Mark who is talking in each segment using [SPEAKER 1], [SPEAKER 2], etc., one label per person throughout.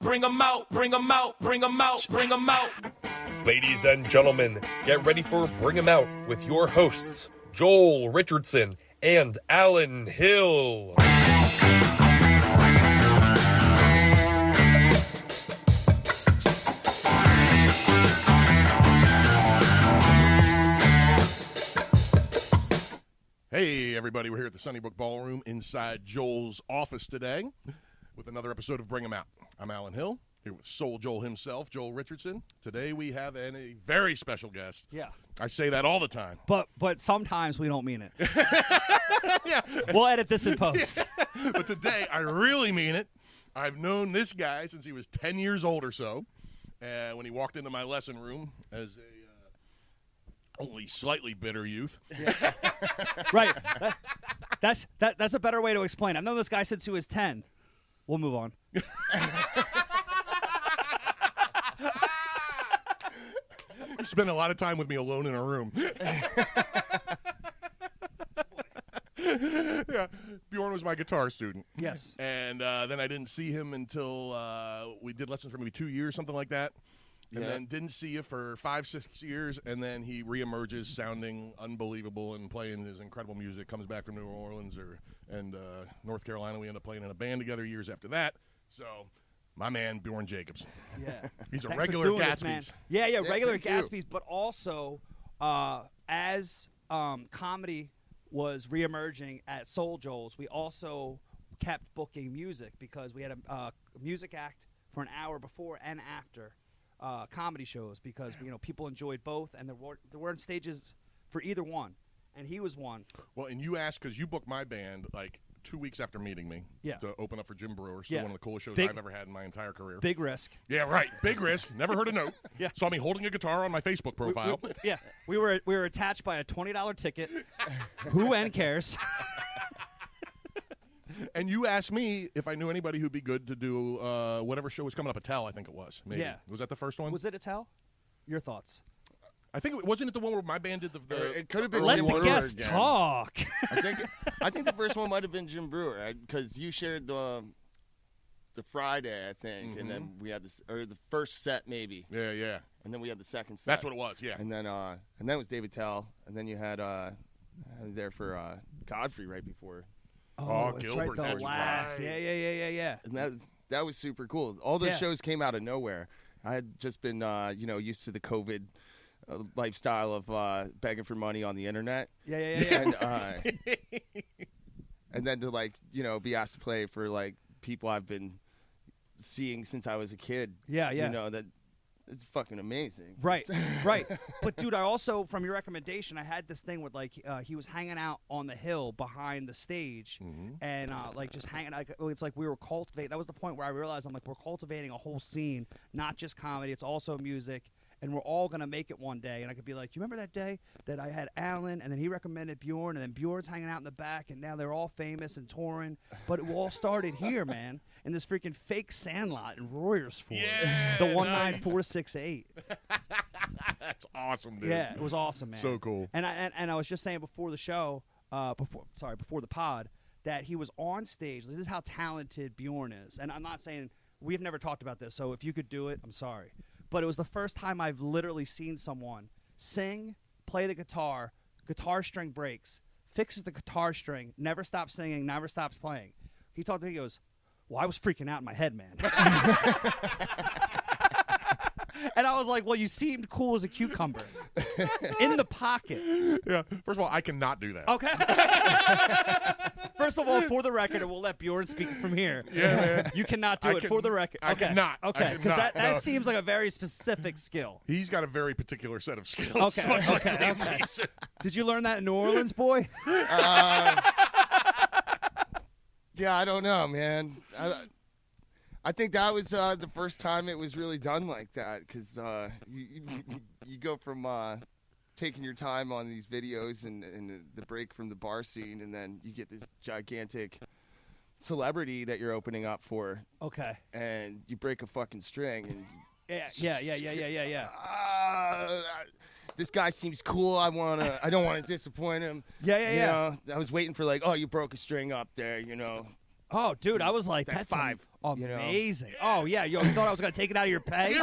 [SPEAKER 1] bring 'em out, bring 'em out, bring 'em out, bring 'em out.
[SPEAKER 2] Ladies and gentlemen, get ready for Bring 'em Out with your hosts, Joel Richardson and Alan Hill.
[SPEAKER 3] Hey, everybody, we're here at the Sunnybrook Ballroom inside Joel's office today with another episode of Bring 'em Out. I'm Alan Hill, here with Soul Joel himself, Joel Richardson. Today we have an, a very special guest.
[SPEAKER 4] Yeah.
[SPEAKER 3] I say that all the time.
[SPEAKER 4] But but sometimes we don't mean it. We'll edit this in post.
[SPEAKER 3] but today I really mean it. I've known this guy since he was 10 years old or so. Uh, when he walked into my lesson room as a uh, only slightly bitter youth.
[SPEAKER 4] Right. That- That's that that's a better way to explain. it. I've known this guy since he was ten. We'll move on.
[SPEAKER 3] He spent a lot of time with me alone in a room. yeah. Bjorn was my guitar student.
[SPEAKER 4] Yes.
[SPEAKER 3] And uh, then I didn't see him until uh, we did lessons for maybe two years, something like that. And then didn't see you for five, six years, and then he reemerges sounding unbelievable and playing his incredible music. Comes back from New Orleans or and uh, North Carolina. We end up playing in a band together years after that. So, my man Bjorn Jacobs,
[SPEAKER 4] Yeah.
[SPEAKER 3] he's a
[SPEAKER 4] Thanks for
[SPEAKER 3] regular
[SPEAKER 4] doing
[SPEAKER 3] Gatsby's.
[SPEAKER 4] this, man. Yeah, yeah, regular
[SPEAKER 5] thank you.
[SPEAKER 4] Gatsby's, but also uh, as um, comedy was reemerging at Soul Joel's, we also kept booking music because we had a uh, music act for an hour before and after uh, comedy shows because you know people enjoyed both and there were there weren't stages for either one, and he was one.
[SPEAKER 3] Well, and you asked because you booked my band like two weeks after meeting me
[SPEAKER 4] Yeah.
[SPEAKER 3] to open up for Jim Brewer, still
[SPEAKER 4] Yeah.
[SPEAKER 3] one of the coolest shows
[SPEAKER 4] Big-
[SPEAKER 3] I've ever had in my entire career.
[SPEAKER 4] Big risk.
[SPEAKER 3] yeah, right. Big risk. Never heard a note.
[SPEAKER 4] Yeah.
[SPEAKER 3] Saw me holding a guitar on my Facebook
[SPEAKER 4] We-
[SPEAKER 3] profile.
[SPEAKER 4] we- yeah, we were we were attached by a twenty dollar ticket. Who and cares?
[SPEAKER 3] and you asked me if I knew anybody who'd be good to do uh, whatever show was coming up. Attell, I think it was. Maybe.
[SPEAKER 4] Yeah.
[SPEAKER 3] Was that the first one?
[SPEAKER 4] Was it a tell? Your thoughts?
[SPEAKER 3] I think it wasn't it the one where my band did the. the
[SPEAKER 5] Uh, It could have been
[SPEAKER 3] early
[SPEAKER 4] Let
[SPEAKER 5] Jim
[SPEAKER 4] the
[SPEAKER 3] one?
[SPEAKER 5] Brewer
[SPEAKER 4] guests
[SPEAKER 5] again.
[SPEAKER 4] talk.
[SPEAKER 5] I think I think the first one might have been Jim Brewer because you shared the um, the Friday, I think, and then we had this or the first set maybe,
[SPEAKER 3] Mm-hmm. Yeah, yeah.
[SPEAKER 5] and then we had the second set.
[SPEAKER 3] That's what it was. Yeah.
[SPEAKER 5] And then uh, and then it was David Tell, and then you had uh, I was there for uh, Godfrey right before,
[SPEAKER 3] Oh,
[SPEAKER 4] that's
[SPEAKER 3] Gilbert,
[SPEAKER 4] the
[SPEAKER 3] that's
[SPEAKER 4] last.
[SPEAKER 3] right.
[SPEAKER 4] Yeah, yeah, yeah, yeah, yeah.
[SPEAKER 5] and that was that was super cool. All those
[SPEAKER 4] Yeah.
[SPEAKER 5] shows came out of nowhere. I had just been uh, you know used to the COVID uh, lifestyle of uh, begging for money on the internet.
[SPEAKER 4] Yeah, yeah, yeah, yeah.
[SPEAKER 5] and uh, and then to like you know be asked to play for like people I've been seeing since I was a kid.
[SPEAKER 4] Yeah, yeah.
[SPEAKER 5] You know that it's fucking amazing.
[SPEAKER 4] right, right. But dude, I also from your recommendation, I had this thing with like uh, he was hanging out on the hill behind the stage,
[SPEAKER 3] Mm-hmm.
[SPEAKER 4] and uh, like just hanging. Like, it's like we were cultivating. That was the point where I realized I'm like we're cultivating a whole scene, not just comedy. It's also music. And we're all gonna make it one day, and I could be like, "You remember that day that I had Alan, and then he recommended Bjorn, and then Bjorn's hanging out in the back, and now they're all famous and touring." But it all started here, man, in this freaking fake Sandlot in Royersford,
[SPEAKER 3] Yeah,
[SPEAKER 4] the one
[SPEAKER 3] nice.
[SPEAKER 4] nine four six eight.
[SPEAKER 3] That's awesome, dude.
[SPEAKER 4] Yeah, it was awesome, man.
[SPEAKER 3] So cool.
[SPEAKER 4] And I and, and I was just saying before the show, uh, before sorry, before the pod, that he was on stage. This is how talented Bjorn is. And I'm not saying we've never talked about this, so if you could do it, I'm sorry. But it was the first time I've literally seen someone sing, play the guitar, guitar string breaks, fixes the guitar string, never stops singing, never stops playing. He talked to me, he goes, Well, I was freaking out in my head, man. and I was like, Well, you seemed cool as a cucumber. in the pocket.
[SPEAKER 3] Yeah. First of all, I cannot do that.
[SPEAKER 4] Okay. First of all, for the record, and we'll let Bjorn speak from here.
[SPEAKER 3] Yeah, man.
[SPEAKER 4] You cannot do
[SPEAKER 3] I
[SPEAKER 4] it
[SPEAKER 3] can-
[SPEAKER 4] for the record.
[SPEAKER 3] I
[SPEAKER 4] okay.
[SPEAKER 3] cannot. I
[SPEAKER 4] Okay,
[SPEAKER 3] cannot,
[SPEAKER 4] that, that
[SPEAKER 3] no.
[SPEAKER 4] seems like a very specific skill.
[SPEAKER 3] He's got a very particular set of skills.
[SPEAKER 4] Okay,
[SPEAKER 3] much like
[SPEAKER 4] okay,
[SPEAKER 3] Liam
[SPEAKER 4] okay.
[SPEAKER 3] Neeson.
[SPEAKER 4] Did you learn that in New Orleans, boy?
[SPEAKER 5] Yeah, I don't know, man. I, I think that was uh, the first time it was really done like that because uh, you, you you go from uh, taking your time on these videos and, and the break from the bar scene, and then you get this gigantic celebrity that you're opening up for,
[SPEAKER 4] Okay.
[SPEAKER 5] and you break a fucking string and.
[SPEAKER 4] Yeah, yeah, yeah, yeah, yeah, yeah, yeah.
[SPEAKER 5] Uh, this guy seems cool. I wanna. I don't want to disappoint him.
[SPEAKER 4] Yeah, yeah,
[SPEAKER 5] You
[SPEAKER 4] yeah.
[SPEAKER 5] know, I was waiting for like, oh, you broke a string up there. You know,
[SPEAKER 4] Oh, dude, I was like,
[SPEAKER 5] That's
[SPEAKER 4] a-
[SPEAKER 5] five. You know?
[SPEAKER 4] Amazing. Oh yeah, yo, you thought I was gonna take it out of your pay?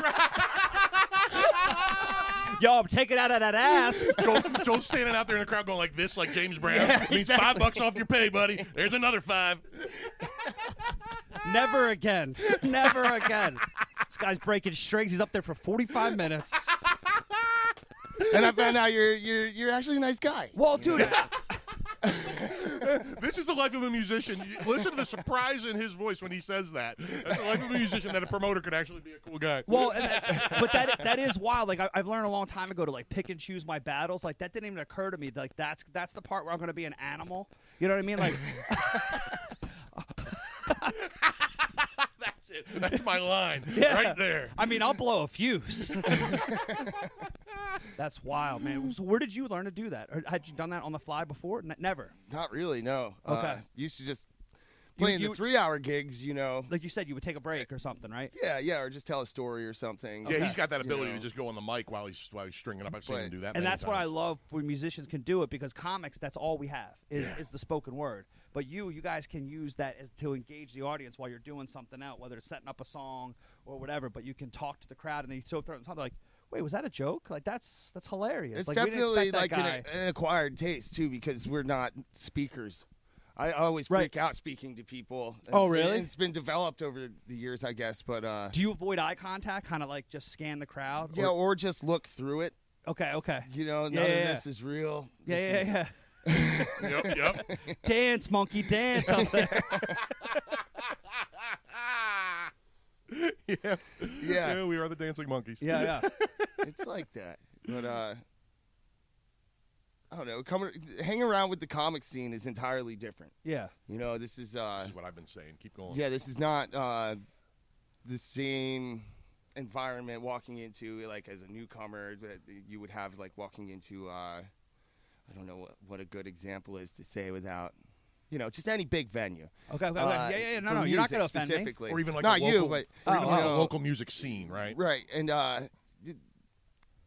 [SPEAKER 4] yo, I'm taking it out of that ass.
[SPEAKER 3] Joel, Joel's standing out there in the crowd going like this, like James Brown. Means five bucks off your pay, buddy. There's another five.
[SPEAKER 4] Never again. Never again. This guy's breaking strings. He's up there for 45 minutes.
[SPEAKER 5] and I found out you're you're you're actually a nice guy.
[SPEAKER 4] Well, dude,
[SPEAKER 3] This is the life of a musician. You- Listen to the surprise in his voice when he says that. That's the life of a musician that a promoter could actually be a cool guy.
[SPEAKER 4] Well, and that, but that that is wild. Like I, I've learned a long time ago to like pick and choose my battles. Like that didn't even occur to me. Like that's that's the part where I'm going to be an animal. You know what I mean? Like
[SPEAKER 3] That's it. That's my line
[SPEAKER 4] Yeah.
[SPEAKER 3] right there.
[SPEAKER 4] I mean, I'll blow a fuse. that's wild, man. So where did you learn to do that? Or had you done that on the fly before? N- never.
[SPEAKER 5] Not really, no. Uh,
[SPEAKER 4] Okay.
[SPEAKER 5] used to just playing
[SPEAKER 4] you-
[SPEAKER 5] the three-hour gigs, you know.
[SPEAKER 4] Like you said, you would take a break or something, right?
[SPEAKER 5] Yeah, yeah, or just tell a story or something.
[SPEAKER 3] Yeah, he's got that
[SPEAKER 5] You
[SPEAKER 3] ability
[SPEAKER 5] know.
[SPEAKER 3] to just go on the mic while he's while he's stringing up. I've seen
[SPEAKER 5] Right.
[SPEAKER 3] him do that.
[SPEAKER 4] and
[SPEAKER 3] many
[SPEAKER 4] that's what I
[SPEAKER 3] times.
[SPEAKER 4] love when musicians can do it because comics that's all we have is, is the spoken word but you you guys can use that as to engage the audience while you're doing something out whether it's setting up a song or whatever but you can talk to the crowd and they so throw they're like wait was that a joke like that's that's hilarious
[SPEAKER 5] It's
[SPEAKER 4] like, we didn't
[SPEAKER 5] definitely
[SPEAKER 4] expect
[SPEAKER 5] like
[SPEAKER 4] that
[SPEAKER 5] an, e-,
[SPEAKER 4] guy.
[SPEAKER 5] an acquired taste too, because we're not speakers. I always
[SPEAKER 4] Right.
[SPEAKER 5] freak out speaking to people.
[SPEAKER 4] Oh,
[SPEAKER 5] And-
[SPEAKER 4] really?
[SPEAKER 5] and it's been developed over the years, I guess. But uh,
[SPEAKER 4] do you avoid eye contact kind of like just scan the crowd
[SPEAKER 5] yeah,
[SPEAKER 4] Or-
[SPEAKER 5] or just look through it.
[SPEAKER 4] okay okay
[SPEAKER 5] You know, none
[SPEAKER 4] Yeah, yeah,
[SPEAKER 5] of
[SPEAKER 4] yeah.
[SPEAKER 5] this is real.
[SPEAKER 4] yeah
[SPEAKER 5] This
[SPEAKER 4] yeah
[SPEAKER 5] is-
[SPEAKER 4] yeah
[SPEAKER 3] Yep, yep.
[SPEAKER 4] dance monkey dance up there
[SPEAKER 3] yeah.
[SPEAKER 5] Yeah.
[SPEAKER 3] we are the dancing monkeys.
[SPEAKER 4] yeah yeah
[SPEAKER 5] it's like that. But uh I don't know. Coming hanging around with the comic scene is entirely different.
[SPEAKER 4] yeah
[SPEAKER 5] You know, this is uh
[SPEAKER 3] This is what I've been saying. Keep going.
[SPEAKER 5] yeah, this is not uh the same environment walking into like as a newcomer that you would have like walking into uh I don't know what, what a good example is to say without you know, just any big venue.
[SPEAKER 4] okay okay, okay.
[SPEAKER 5] Uh,
[SPEAKER 4] yeah yeah, yeah no
[SPEAKER 5] for
[SPEAKER 4] no you're not
[SPEAKER 5] music
[SPEAKER 4] gonna offend me
[SPEAKER 5] specifically.
[SPEAKER 3] Or even like
[SPEAKER 5] not
[SPEAKER 3] a
[SPEAKER 5] you,
[SPEAKER 3] local,
[SPEAKER 5] but
[SPEAKER 4] Oh,
[SPEAKER 3] or even
[SPEAKER 5] you
[SPEAKER 3] like a
[SPEAKER 5] know,
[SPEAKER 3] local music scene, right?
[SPEAKER 5] Right. And uh, y-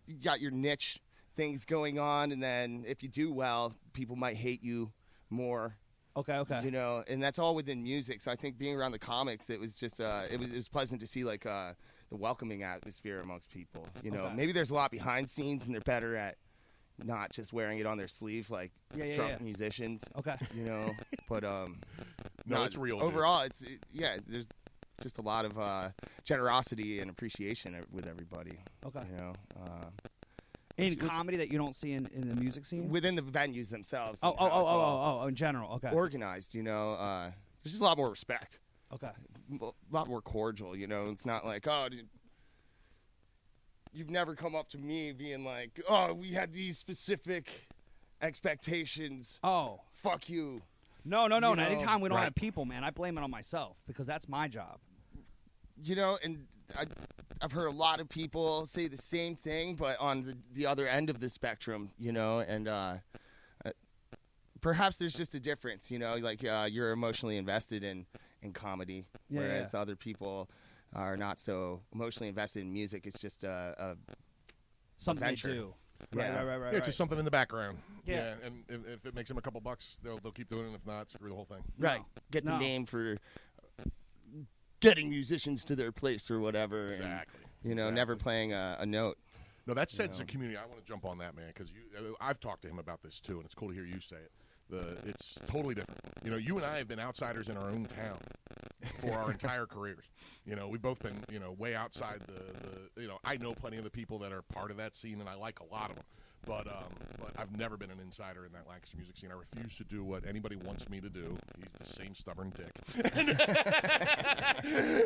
[SPEAKER 5] you got your niche things going on, and then if you do well, people might hate you more.
[SPEAKER 4] okay okay
[SPEAKER 5] You know, and that's all within music. So I think being around the comics, it was just uh, it was it was pleasant to see like uh, the welcoming atmosphere amongst people. You know,
[SPEAKER 4] Okay.
[SPEAKER 5] maybe there's a lot behind scenes, and they're better at not just wearing it on their sleeve like
[SPEAKER 4] Yeah, yeah,
[SPEAKER 5] drunk
[SPEAKER 4] yeah.
[SPEAKER 5] musicians.
[SPEAKER 4] okay
[SPEAKER 5] You know, but um,
[SPEAKER 3] No,
[SPEAKER 5] not-
[SPEAKER 3] it's real. dude.
[SPEAKER 5] Overall, it's it, yeah. There's just a lot of uh, generosity and appreciation with everybody.
[SPEAKER 4] okay
[SPEAKER 5] You know, uh,
[SPEAKER 4] in comedy that you don't see in, in the music scene
[SPEAKER 5] within the venues themselves.
[SPEAKER 4] Oh,
[SPEAKER 5] and
[SPEAKER 4] oh,
[SPEAKER 5] how
[SPEAKER 4] oh,
[SPEAKER 5] it's all
[SPEAKER 4] oh, oh, oh, in general. Okay.
[SPEAKER 5] Organized, you know. Uh, there's just a lot more respect,
[SPEAKER 4] okay.
[SPEAKER 5] a lot more cordial. You know, it's not like oh. Dude, You've never come up to me being like, "Oh, we had these specific expectations.
[SPEAKER 4] Oh.
[SPEAKER 5] Fuck you."
[SPEAKER 4] No, no, no.
[SPEAKER 5] You
[SPEAKER 4] no.
[SPEAKER 5] know,
[SPEAKER 4] Anytime we don't
[SPEAKER 3] right.
[SPEAKER 4] have people, man, I blame it on myself because that's my job.
[SPEAKER 5] you know, and I, I've heard a lot of people say the same thing, but on the, the other end of the spectrum, you know, and uh, uh, perhaps there's just a difference, you know, like uh, you're emotionally invested in in comedy,
[SPEAKER 4] Yeah,
[SPEAKER 5] whereas
[SPEAKER 4] yeah.
[SPEAKER 5] other people are not so emotionally invested in music. It's just a,
[SPEAKER 4] Something they
[SPEAKER 5] Adventure.
[SPEAKER 4] do.
[SPEAKER 5] Yeah.
[SPEAKER 4] Right, right, right, right.
[SPEAKER 3] Yeah, it's just something in the background.
[SPEAKER 4] Yeah.
[SPEAKER 3] and if, if it makes them a couple bucks, they'll they'll keep doing it. If not, screw the whole thing.
[SPEAKER 5] a
[SPEAKER 4] No.
[SPEAKER 5] right get
[SPEAKER 4] No.
[SPEAKER 5] the name for getting musicians to their place or whatever. and,
[SPEAKER 3] Exactly.
[SPEAKER 5] you know, never playing a, a note.
[SPEAKER 3] No, that sense of community. I want to jump on that, man, because you. uh, I've talked to him about this too, and it's cool to hear you say it. The it's totally different. You know, you and I have been outsiders in our own town for our entire careers. You know, we've both been you know way outside the, the. You know, I know plenty of the people that are part of that scene, and I like a lot of them. But um, but I've never been an insider in that Lancaster music scene. I refuse to do what anybody wants me to do. He's the same stubborn dick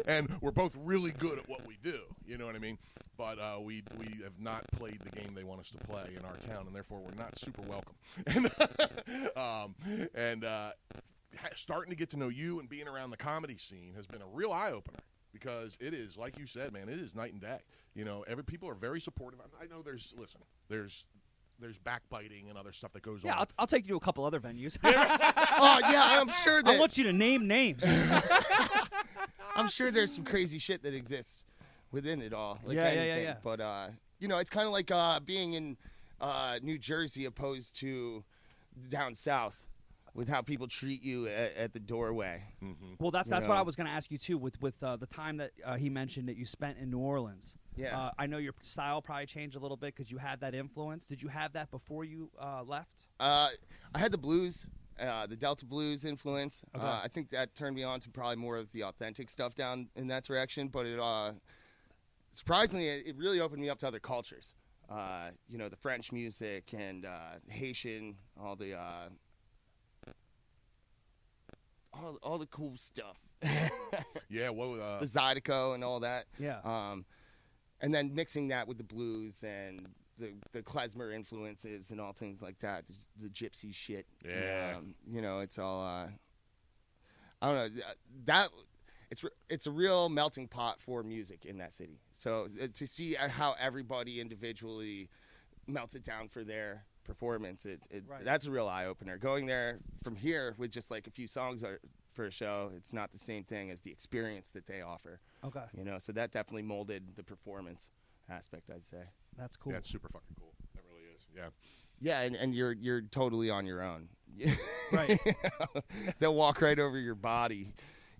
[SPEAKER 3] and we're both really good at what we do. You know what I mean? But uh, we we have not played the game they want us to play in our town, and therefore we're not super welcome. And um, and uh, ha- starting to get to know you and being around the comedy scene has been a real eye opener because it is like you said, man, it is night and day. You know, every people are very supportive. I, I know there's listen, there's there's backbiting and other stuff that goes
[SPEAKER 4] yeah,
[SPEAKER 3] on.
[SPEAKER 4] I'll, I'll take you to a couple other venues.
[SPEAKER 5] oh yeah, I'm sure that
[SPEAKER 4] I want you to name names.
[SPEAKER 5] I'm sure there's some crazy shit that exists within it all. Like
[SPEAKER 4] Yeah, yeah, yeah,
[SPEAKER 5] anything.
[SPEAKER 4] yeah.
[SPEAKER 5] But uh, you know, it's kind of like uh, being in uh, New Jersey opposed to down south. with how people treat you at, at the doorway.
[SPEAKER 4] Well, that's
[SPEAKER 5] You
[SPEAKER 4] that's what
[SPEAKER 5] know.
[SPEAKER 4] I was going to ask you too. With with uh, the time that uh, he mentioned that you spent in New Orleans,
[SPEAKER 5] Yeah.
[SPEAKER 4] uh, I know your style probably changed a little bit because you had that influence. Did you have that before you uh, left?
[SPEAKER 5] Uh, I had the blues, uh, the Delta blues influence. Uh, I think that turned me on to probably more of the authentic stuff down in that direction. But it uh, surprisingly, it, it really opened me up to other cultures. Uh, you know, the French music and uh, Haitian, all the uh, all, all the cool stuff,
[SPEAKER 3] Yeah, well, uh,
[SPEAKER 5] the Zydeco and all that.
[SPEAKER 4] Yeah.
[SPEAKER 5] Um, and then mixing that with the blues and the, the klezmer influences and all things like that, just the gypsy shit.
[SPEAKER 3] Yeah.
[SPEAKER 5] Um, you know, it's all. Uh, I don't know th- uh, that. It's re- it's a real melting pot for music in that city. So uh, to see uh, how everybody individually melts it down for their performance, it, it
[SPEAKER 4] Right.
[SPEAKER 5] that's a real eye opener. Going there from here with just like a few songs are, for a show, it's not the same thing as the experience that they offer
[SPEAKER 4] Okay,
[SPEAKER 5] you know so that definitely molded the performance aspect i'd say
[SPEAKER 4] that's cool.
[SPEAKER 3] that's super fucking cool. That really is. Yeah.
[SPEAKER 5] yeah and, and you're you're totally on your own
[SPEAKER 4] Right.
[SPEAKER 5] they'll walk right over your body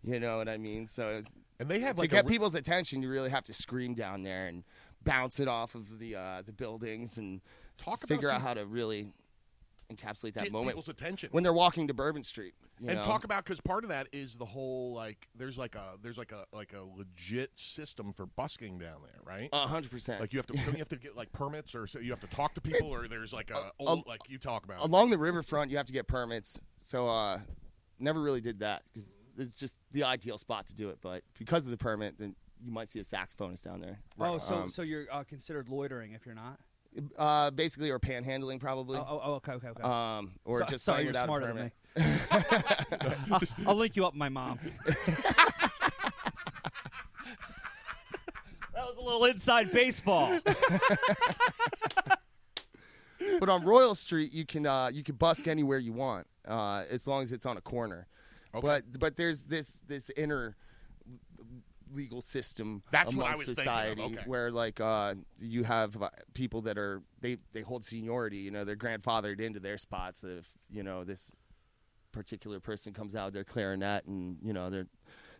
[SPEAKER 5] you know what i mean so
[SPEAKER 3] And they have
[SPEAKER 5] to
[SPEAKER 3] like
[SPEAKER 5] get
[SPEAKER 3] a, re-
[SPEAKER 5] people's attention you really have to scream down there and bounce it off of the uh, the buildings and
[SPEAKER 3] Talk about
[SPEAKER 5] figure out
[SPEAKER 3] the-
[SPEAKER 5] how to really encapsulate that
[SPEAKER 3] get
[SPEAKER 5] moment
[SPEAKER 3] people's attention.
[SPEAKER 5] when they're walking to bourbon street you
[SPEAKER 3] and
[SPEAKER 5] know?
[SPEAKER 3] talk about because part of that is the whole like there's like a there's like a like a legit system for busking down there, right?
[SPEAKER 5] a hundred percent
[SPEAKER 3] like you have to don't you have to get like permits or so you have to talk to people or there's like a old, like you talk about
[SPEAKER 5] along the riverfront you have to get permits so uh never really did that because it's just the ideal spot to do it but because of the permit then you might see a saxophonist down there
[SPEAKER 4] Oh, so
[SPEAKER 5] Um,
[SPEAKER 4] so you're uh, considered loitering if you're not.
[SPEAKER 5] uh basically or panhandling probably
[SPEAKER 4] Oh, oh, oh, okay, okay, okay.
[SPEAKER 5] um Uh, or
[SPEAKER 4] So-
[SPEAKER 5] just
[SPEAKER 4] sorry,
[SPEAKER 5] playing
[SPEAKER 4] you're
[SPEAKER 5] without
[SPEAKER 4] smarter
[SPEAKER 5] a
[SPEAKER 4] than
[SPEAKER 5] permit
[SPEAKER 4] I'll, I'll link you up, with my mom. that was a little inside baseball.
[SPEAKER 5] but on royal street you can uh you can busk anywhere you want uh as long as it's on a corner but but there's this this inner legal system
[SPEAKER 3] That's what
[SPEAKER 5] among
[SPEAKER 3] I was thinking of,
[SPEAKER 5] society
[SPEAKER 3] okay.
[SPEAKER 5] where like uh you have uh, people that are they they hold seniority you know they're grandfathered into their spots if you know this particular person comes out with their clarinet and you know they're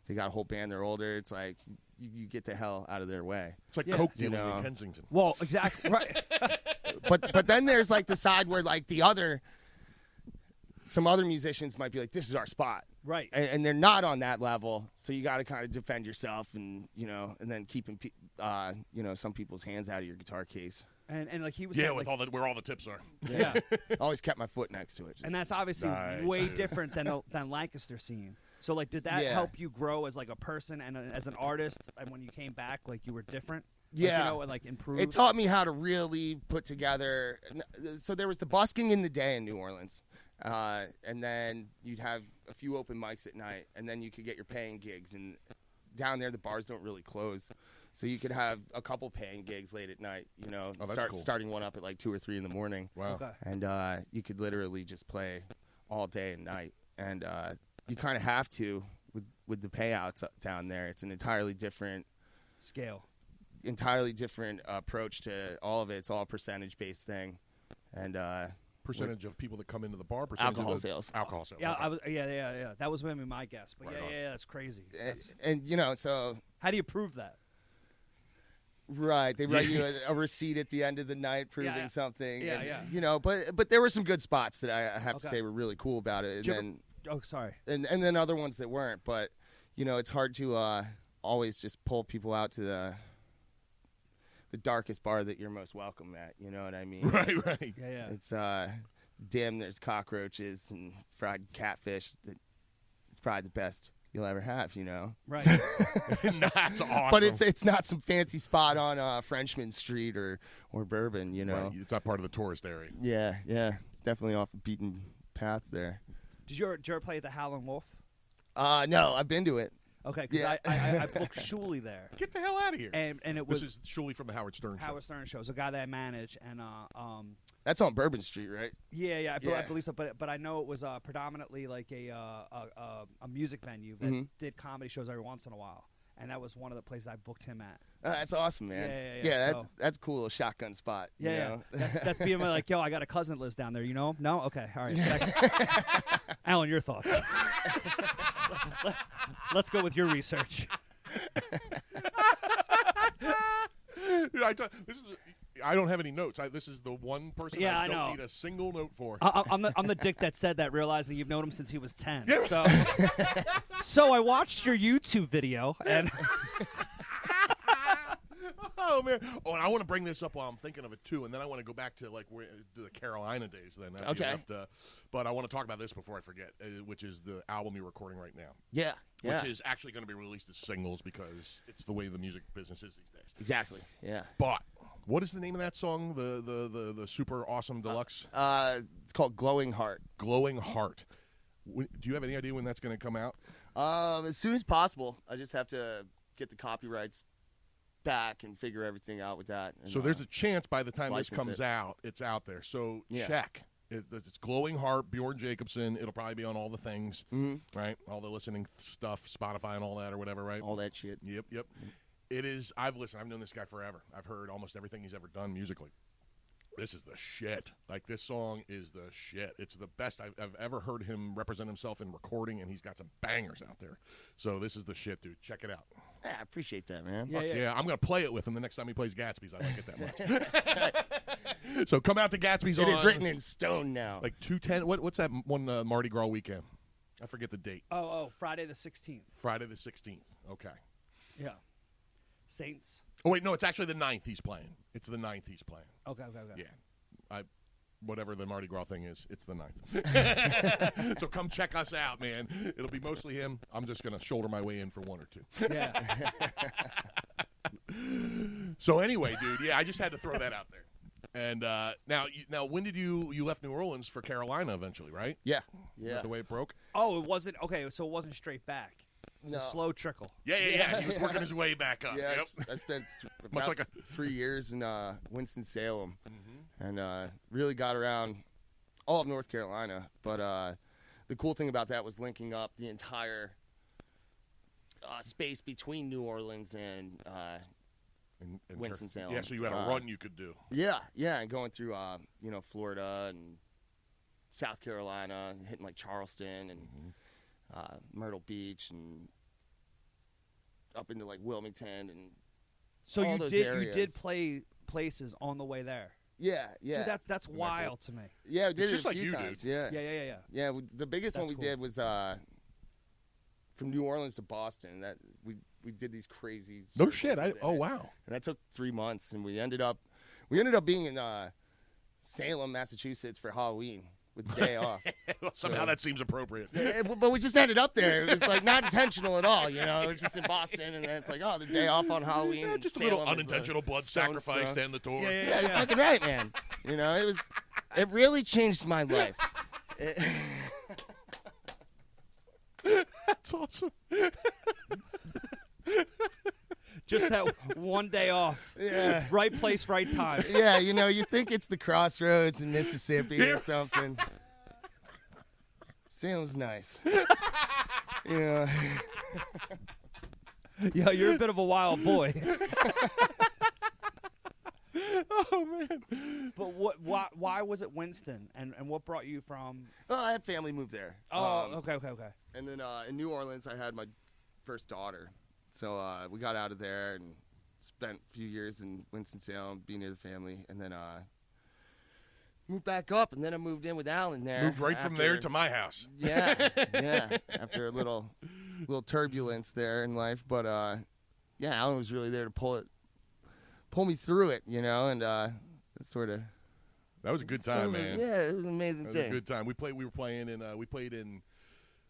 [SPEAKER 5] they got a whole band they're older it's like you, you get the hell out of their way
[SPEAKER 3] it's like
[SPEAKER 4] yeah.
[SPEAKER 3] coke
[SPEAKER 5] You
[SPEAKER 3] dealing
[SPEAKER 5] know.
[SPEAKER 3] in Kensington.
[SPEAKER 4] well, exactly right.
[SPEAKER 5] but but then there's like the side where like the other some other musicians might be like this is our spot
[SPEAKER 4] Right.
[SPEAKER 5] and, and they're not on that level so you got to kind of defend yourself and you know and then keeping pe- uh you know some people's hands out of your guitar case
[SPEAKER 4] And and like he was
[SPEAKER 3] Yeah,
[SPEAKER 4] saying,
[SPEAKER 3] with
[SPEAKER 4] like,
[SPEAKER 3] all the where all the tips are.
[SPEAKER 4] yeah.
[SPEAKER 5] always kept my foot next to it just-
[SPEAKER 4] and that's obviously
[SPEAKER 3] Nice,
[SPEAKER 4] way
[SPEAKER 3] dude.
[SPEAKER 4] different than the, than Lancaster scene. So like, did that
[SPEAKER 5] Yeah.
[SPEAKER 4] help you grow as like a person and uh, as an artist? And when you came back, like you were different. Like,
[SPEAKER 5] Yeah.
[SPEAKER 4] you know, and like improved.
[SPEAKER 5] it taught me how to really put together so there was the busking in the day in new orleans uh, and then you'd have a few open mics at night and then you could get your paying gigs and down there the bars don't really close so you could have a couple paying gigs late at night you know
[SPEAKER 3] Oh, that's
[SPEAKER 5] start,
[SPEAKER 3] cool.
[SPEAKER 5] starting one up at like two or three in the morning
[SPEAKER 3] Wow.
[SPEAKER 4] Okay.
[SPEAKER 5] and uh, you could literally just play all day and night. And uh, you kind of have to with with the payouts up- down there. It's an entirely different,
[SPEAKER 4] scale.
[SPEAKER 5] entirely different approach to all of it. It's all percentage based thing, and uh,
[SPEAKER 3] Percentage of people that come into the bar, percentage
[SPEAKER 5] Alcohol
[SPEAKER 3] of the-
[SPEAKER 5] sales.
[SPEAKER 3] Alcohol sales.
[SPEAKER 4] Yeah,
[SPEAKER 3] okay.
[SPEAKER 4] I was. Yeah, yeah, yeah. That was maybe my guess. But
[SPEAKER 3] Right
[SPEAKER 4] yeah,
[SPEAKER 3] on.
[SPEAKER 4] yeah, yeah, that's crazy.
[SPEAKER 5] and, and you know so.
[SPEAKER 4] How do you prove that?
[SPEAKER 5] Right, they write you a, a receipt at the end of the night proving
[SPEAKER 4] yeah.
[SPEAKER 5] something.
[SPEAKER 4] Yeah,
[SPEAKER 5] and,
[SPEAKER 4] yeah.
[SPEAKER 5] You know, but but there were some good spots that I I have to
[SPEAKER 4] Okay.
[SPEAKER 5] say were really cool about it. And
[SPEAKER 4] Did you
[SPEAKER 5] then
[SPEAKER 4] ever- oh, sorry.
[SPEAKER 5] and and then other ones that weren't. But you know, it's hard to uh, always just pull people out to the the darkest bar that you're most welcome at. You know what I mean?
[SPEAKER 3] right, right.
[SPEAKER 4] Yeah, yeah.
[SPEAKER 5] It's uh, dim. There's cockroaches and fried catfish. That it's probably the best you'll ever have. You know.
[SPEAKER 4] Right.
[SPEAKER 3] That's awesome.
[SPEAKER 5] But it's it's not some fancy spot on uh, Frenchman Street or or Bourbon. You know.
[SPEAKER 3] Right, it's not part of the tourist area.
[SPEAKER 5] Yeah, yeah. It's definitely off the beaten path there.
[SPEAKER 4] did you ever, did you ever play the Howlin' Wolf?
[SPEAKER 5] Uh, no, I've been to it.
[SPEAKER 4] Okay, because
[SPEAKER 5] Yeah.
[SPEAKER 4] I, I I- I booked Shuley there,
[SPEAKER 3] Get the hell out of here.
[SPEAKER 4] and and it
[SPEAKER 3] this
[SPEAKER 4] was
[SPEAKER 3] is surely from the Howard Stern show.
[SPEAKER 4] Howard Stern shows a guy that I manage, and uh, um,
[SPEAKER 5] That's on Bourbon Street, right?
[SPEAKER 4] Yeah, yeah, I, bel- I
[SPEAKER 5] Yeah.
[SPEAKER 4] believe so. But but I know it was uh,
[SPEAKER 3] Mm-hmm.
[SPEAKER 4] predominantly like a, uh, a- a a music venue that did comedy shows every once in a while. and that was one of the places I booked him at.
[SPEAKER 5] Uh, that's awesome, man.
[SPEAKER 4] Yeah, yeah, yeah,
[SPEAKER 5] that's
[SPEAKER 4] so-
[SPEAKER 5] that's cool. A shotgun spot. you
[SPEAKER 4] Yeah, yeah.
[SPEAKER 5] know?
[SPEAKER 4] That- that's being like, yo, I got a cousin that lives down there. You know him? No? Okay, all right. Back- Alan, your thoughts? Let's go with your research.
[SPEAKER 3] Dude, I t- this is. I don't have any notes. I, this is the one person
[SPEAKER 4] Yeah,
[SPEAKER 3] I
[SPEAKER 4] I
[SPEAKER 3] don't
[SPEAKER 4] know. Uh
[SPEAKER 3] need a single note for.
[SPEAKER 4] I, I- I'm the I'm the dick that said that, realizing you've known him since he was ten. So, so I watched your YouTube video, and
[SPEAKER 3] oh man! Oh, and I want to bring this up while I'm thinking of it too, and then I want to go back to like where, to the Carolina days. Then after you
[SPEAKER 5] Okay.
[SPEAKER 3] left, uh, but I want to talk about this before I forget, uh, which is the album you're recording right now,
[SPEAKER 5] yeah, yeah,
[SPEAKER 3] which is actually going to be released as singles because it's the way the music business is these days.
[SPEAKER 5] exactly. Yeah,
[SPEAKER 3] But what is the name of that song? The the the, the super awesome deluxe
[SPEAKER 5] uh, it's called Glowing Heart.
[SPEAKER 3] glowing heart. Wh- Do you have any idea when that's going to come out?
[SPEAKER 5] Um, as soon as possible. I just have to get the copyrights back and figure everything out with that. and,
[SPEAKER 3] So there's
[SPEAKER 5] uh,
[SPEAKER 3] a chance by the time this
[SPEAKER 5] license
[SPEAKER 3] comes
[SPEAKER 5] it.
[SPEAKER 3] out, it's out there. So
[SPEAKER 5] Yeah.
[SPEAKER 3] check. It, it's Glowing Heart, Bjorn Jacobson. It'll probably be on all the things,
[SPEAKER 5] Mm-hmm.
[SPEAKER 3] right? All the listening stuff, Spotify and all that or whatever, right?
[SPEAKER 5] all that shit.
[SPEAKER 3] Yep, yep. It is. I've listened. I've known this guy forever. I've heard almost everything he's ever done musically. This is the shit. Like this song is the shit. It's the best I've, I've ever heard him represent himself in recording, and he's got some bangers out there. So this is the shit, dude. Check it out.
[SPEAKER 5] Yeah, I appreciate that, man.
[SPEAKER 4] Yeah,
[SPEAKER 3] Fuck
[SPEAKER 4] yeah.
[SPEAKER 3] yeah. I'm gonna play it with him the next time he plays Gatsby's. I like it that much. so come out to Gatsby's.
[SPEAKER 5] It
[SPEAKER 3] on,
[SPEAKER 5] is written in stone now.
[SPEAKER 3] like two ten. What what's that m- one uh, Mardi Gras weekend? I forget the date.
[SPEAKER 4] oh, oh, Friday the sixteenth.
[SPEAKER 3] Friday the sixteenth. Okay.
[SPEAKER 4] Yeah, Saints.
[SPEAKER 3] Oh wait, no, it's actually the 9th he's playing. It's the 9th he's playing.
[SPEAKER 4] Okay, okay, okay.
[SPEAKER 3] Yeah. I whatever the Mardi Gras thing is, it's the 9th. so come check us out, man. It'll be mostly him. I'm just gonna shoulder my way in for one or two.
[SPEAKER 4] yeah.
[SPEAKER 3] So anyway, dude, yeah, I just had to throw that out there. And uh, now, you, now, when did you you left New Orleans for Carolina eventually, right?
[SPEAKER 5] yeah,
[SPEAKER 3] Is
[SPEAKER 5] yeah.
[SPEAKER 3] that the way it broke.
[SPEAKER 4] Oh, it wasn't okay. So it wasn't straight back. It was
[SPEAKER 5] No.
[SPEAKER 4] a slow trickle.
[SPEAKER 3] Yeah, yeah, yeah. He was working his way back up.
[SPEAKER 5] Yeah, I
[SPEAKER 3] Yep.
[SPEAKER 5] s- I spent th-
[SPEAKER 3] Much
[SPEAKER 5] about
[SPEAKER 3] like a- Mm-hmm.
[SPEAKER 5] three years in uh, Winston Salem, and uh, really got around all of North Carolina. But uh, the cool thing about that was linking up the entire uh, space between New Orleans and uh,
[SPEAKER 3] And- and
[SPEAKER 5] Winston
[SPEAKER 3] Car-
[SPEAKER 5] Salem.
[SPEAKER 3] Yeah, so you had a
[SPEAKER 5] Uh,
[SPEAKER 3] run you could do.
[SPEAKER 5] yeah, yeah, and going through uh, you know Florida and South Carolina, and hitting like Charleston and
[SPEAKER 3] Mm-hmm.
[SPEAKER 5] uh, Myrtle Beach and up into like Wilmington and
[SPEAKER 4] So
[SPEAKER 5] All
[SPEAKER 4] you
[SPEAKER 5] those
[SPEAKER 4] did you
[SPEAKER 5] areas.
[SPEAKER 4] did play places on the way there.
[SPEAKER 5] yeah, yeah,
[SPEAKER 4] Dude, that's that's
[SPEAKER 3] that cool?
[SPEAKER 4] wild to me.
[SPEAKER 5] yeah. We did
[SPEAKER 3] It's
[SPEAKER 5] it
[SPEAKER 3] just
[SPEAKER 5] a
[SPEAKER 3] like
[SPEAKER 5] few
[SPEAKER 3] you, dude.
[SPEAKER 5] times. Yeah,
[SPEAKER 4] Yeah, yeah, yeah, yeah.
[SPEAKER 5] Yeah, w- the biggest one
[SPEAKER 4] That's
[SPEAKER 5] we
[SPEAKER 4] cool.
[SPEAKER 5] did was uh, from New Orleans to Boston. That we we did these crazy.
[SPEAKER 3] No
[SPEAKER 5] circles
[SPEAKER 3] shit. I,
[SPEAKER 5] with
[SPEAKER 3] oh
[SPEAKER 5] it.
[SPEAKER 3] wow.
[SPEAKER 5] And that took three months, and we ended up we ended up being in uh, Salem, Massachusetts for Halloween with the day off.
[SPEAKER 3] Somehow
[SPEAKER 5] So-
[SPEAKER 3] that seems appropriate.
[SPEAKER 5] Yeah, Eh, but- But we just ended up there. It was like not intentional at all, you know. It was just in Boston, and then it's like, oh, the day off on Halloween.
[SPEAKER 3] Yeah,
[SPEAKER 5] and
[SPEAKER 3] just a little
[SPEAKER 5] Salem is a
[SPEAKER 3] unintentional blood
[SPEAKER 5] stone's
[SPEAKER 3] sacrifice to
[SPEAKER 5] throw.
[SPEAKER 3] end the tour.
[SPEAKER 4] Yeah, yeah,
[SPEAKER 5] Yeah, you're fucking right, man. You know, it was. It really changed my life. It-
[SPEAKER 3] That's awesome.
[SPEAKER 4] Just that one day off.
[SPEAKER 5] yeah.
[SPEAKER 4] Right place, right time.
[SPEAKER 5] yeah, you know, you think it's the crossroads in Mississippi or something. Sounds nice. yeah.
[SPEAKER 4] Yo, you're a bit of a wild boy.
[SPEAKER 3] Oh man.
[SPEAKER 4] But what? Why? Why was it Winston? And and what brought you from?
[SPEAKER 5] Well, I had family move there.
[SPEAKER 4] Oh,
[SPEAKER 5] Um,
[SPEAKER 4] okay, okay, okay.
[SPEAKER 5] And then uh, in New Orleans, I had my first daughter. So uh, we got out of there and spent a few years in Winston-Salem, being near the family. And then uh, moved back up, and then I moved in with Alan there.
[SPEAKER 3] Moved right from there
[SPEAKER 5] after-
[SPEAKER 3] to my house.
[SPEAKER 5] Yeah, yeah. After a little, little turbulence there in life, but uh, yeah, Alan was really there to pull it, pull me through it, you know, and uh, it's sort of
[SPEAKER 3] That was a good time, man.
[SPEAKER 5] Yeah, it was an amazing
[SPEAKER 3] That was a
[SPEAKER 5] thing.
[SPEAKER 3] good time. We played. We were playing in. Uh, we played in.